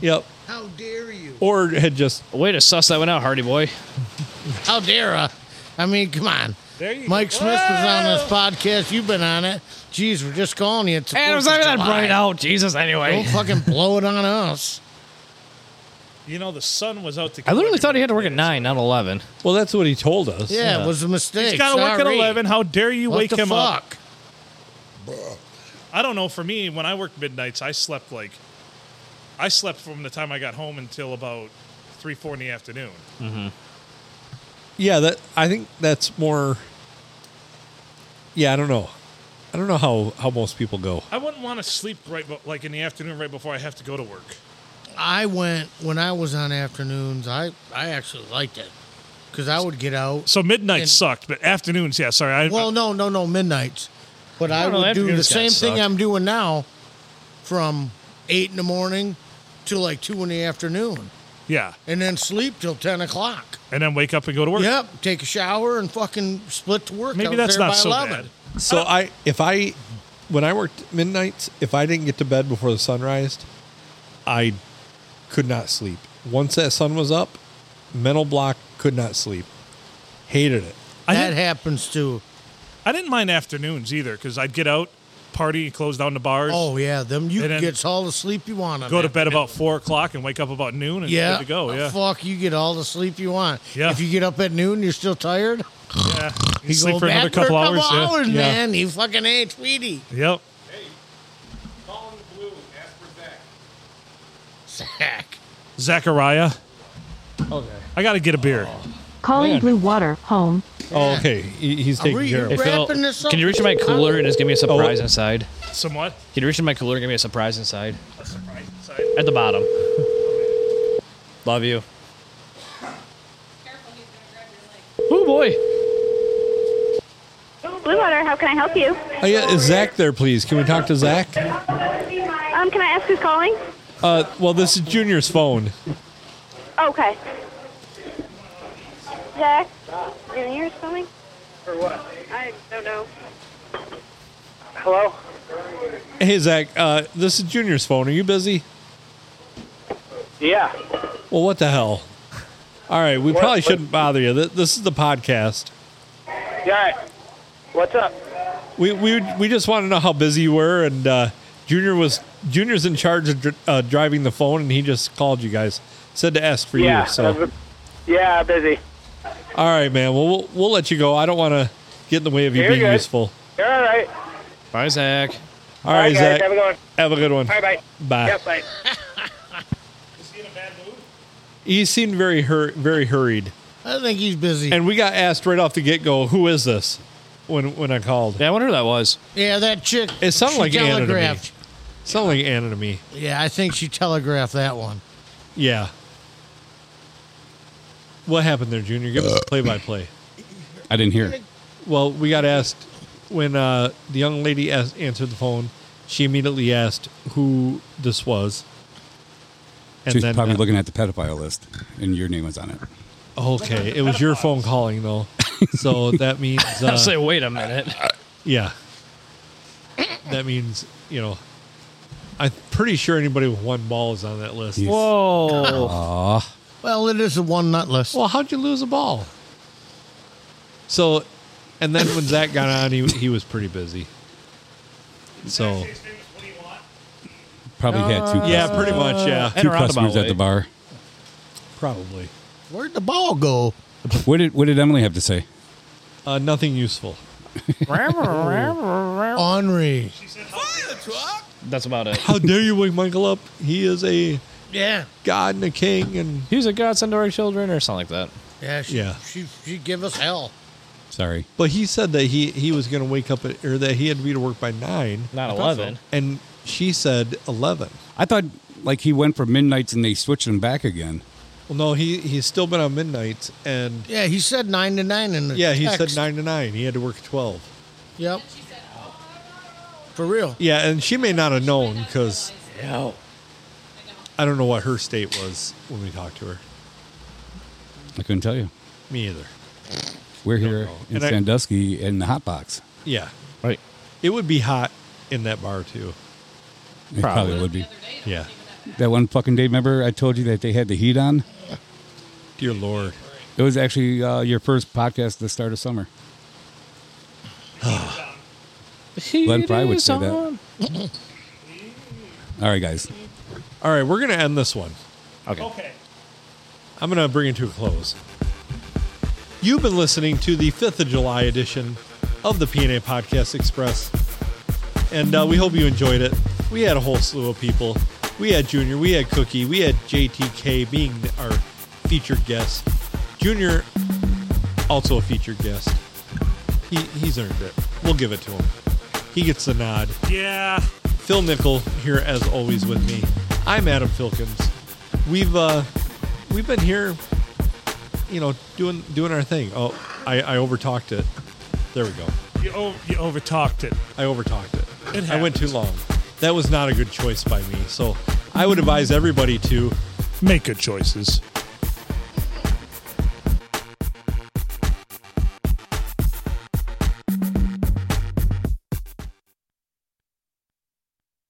Yep.
How dare you?
Or had just
Way to suss that one out, Hardy boy.
How dare I? I mean, come on.
There you
Mike
go.
Smith was on this podcast. You've been on it. Jeez, we're just calling you. It's the
And it was
4th
not
of
that
July.
bright out, Jesus. Anyway,
Don't fucking blow it on us.
You know, the sun was out to.
I literally thought he had to work at nine, not eleven.
well, that's what he told us.
Yeah, it was a mistake.
He's got to work at
Sorry.
11. How dare you
What
wake
the
him up?
fuck?
I don't know. For me, when I worked midnights, I slept like. I slept from the time I got home until about 3, 4 in the afternoon.
Yeah, that I think that's more. Yeah, I don't know. I don't know how how most people go.
I wouldn't want to sleep right, be- like in the afternoon, right before I have to go to work.
I went when I was on afternoons. I I actually liked it because I would get out.
So midnight
And-
sucked, but afternoons, yeah. Sorry, I,
Well, no, no, no, midnights. But I,
don't know,
would do the
afternoons kinda
same thing
suck.
I'm doing now, from eight in the morning to like two in the afternoon,
yeah,
and then sleep till ten o'clock.
and then wake up and go to work.
Yep, take a shower and fucking split to work.
maybe
out
that's
there
not
by
so
11.
bad.
So I if I when I worked midnights, if I didn't get to bed before the sun rised, I could not sleep. Once that sun was up, mental block could not sleep. Hated it.
I
that
didn't,
happens too.
I didn't mind afternoons either because I'd get out, party, close down the bars,
Oh yeah, them you
And
can
then
get all the sleep you want. on
go to
that.
bed about four o'clock, and wake up about noon, and
Yeah, Oh,
good to go. Yeah,
Fuck, you get all the sleep you want.
Yeah.
If you get up at noon, you're still tired.
yeah. You
You
sleep
go
for another
back for a
couple hours. yeah.
hours,
Yeah.
man. You fucking ate Tweety.
Yep.
Call in the blue and ask for Zach.
Sack.
Zachariah.
Okay.
I got to get a beer.
Calling
Man.
Blue Water home.
Oh, okay. He, he's taking
we-
care of
Hey
it.
Phil,
Wrapping this up.
can you reach in my cooler and just give me a surprise
Oh.
inside?
Somewhat.
Can you reach in my cooler and give me a surprise inside?
A surprise. Sorry.
At the bottom. Love you. Oh boy.
Blue Water, how can I help you?
Oh, yeah. Is Zach there, please? Can we talk to Zach?
Um, can I ask who's calling?
Uh, well, this is Junior's phone.
Okay. Zach, Junior's calling?
For what?
I don't know.
Hello.
Hey, Zach. Uh, this is Junior's phone. Are you busy?
Yeah.
Well, what the hell? All right. We
What-
probably
what-
shouldn't bother you. Th- This is the podcast.
Yeah. What's up?
We we we just want to know how busy you were, and uh, Junior was Junior's in charge of dr- uh, driving the phone, and he just called you guys, said to ask for
yeah.
you. So,
I'm- Yeah, busy.
all right, man. Well, we'll we'll let you go. I don't want to get in the way of you
You're
being
good.
useful.
You're all right.
Bye, Zach.
All right,
guys.
Zach.
Have a good one.
Have a good one.
Bye, bye.
Bye.
Yep, bye.
He seemed very hur- very hurried,
I think he's busy.
and we got asked right off the get go, "Who is this?" When when I called,
yeah, I wonder who that was.
Yeah, that chick.
It sounded
she
like Anna to me.
telegraphed.
Sounded like Anna to me.
Yeah, I think she telegraphed that one.
Yeah. What happened there, Junior? Give us a play by play.
I didn't hear.
Well, we got asked when uh, the young lady asked, answered the phone. She immediately asked who this was. And
She's
then,
probably
uh,
looking at the pedophile list, and your name was on it.
Okay, it was your phone calling though, so that means
I
uh,
say, wait a minute.
yeah. That means you know, I'm pretty sure anybody with one ball is on that list.
Whoa.
Well, it is a one nut list.
Well, how'd you lose a ball? So, and then when Zach got on, he he was pretty busy. So
Probably had two.
Uh, Yeah,
customers
pretty
at-
much, yeah. And
two
around eh? about
customers at the
late.
bar.
probably
Where'd the ball go?
What did What did Emily have to say?
uh, nothing useful.
Henri.
That's about it.
How dare you wake Michael up? He is a
Yeah.
god and a king, and
He was a godsend to our children or something like that.
Yeah. She,
Yeah.
She she give us hell.
Sorry.
but he said that he he was going to wake up at, or that he had to be to work by nine,
Not 11.
and she said eleven.
I thought like he went for midnights and they switched him back again.
Well, no, he he's still been on midnight, and
Yeah, he said nine to nine in the
yeah, he
text.
said nine to nine. He had to work twelve.
Yep. For real.
Yeah, and she may not have known because I don't know what her state was when we talked to her.
I couldn't tell you.
Me either.
We're here in
And I-
Sandusky in the hot box.
Yeah,
Right.
it would be hot in that bar too.
It probably would be.
Yeah,
That one fucking day, remember I told you that they had the heat on?
dear lord.
It was actually uh, your first podcast at the start of summer. Glenn Fry would say that. All right, guys.
All right, we're gonna end this one.
Okay.
I'm going to bring it to a close. You've been listening to the 5th of July edition of the PNA Podcast Express, and uh, we hope you enjoyed it. We had a whole slew of people. We had Junior, we had Cookie, we had JTK being our featured guest. Junior, also a featured guest. He, he's earned it. We'll give it to him. He gets the nod.
Yeah.
Phil Nickel here as always with me. I'm Adam Filkins. We've uh, we've been here, you know, doing doing our thing. Oh, I, I overtalked it. There we go.
You, o- you overtalked it.
I overtalked it.
It
I went too long. That was not a good choice by me. So I would advise everybody to
Make good choices.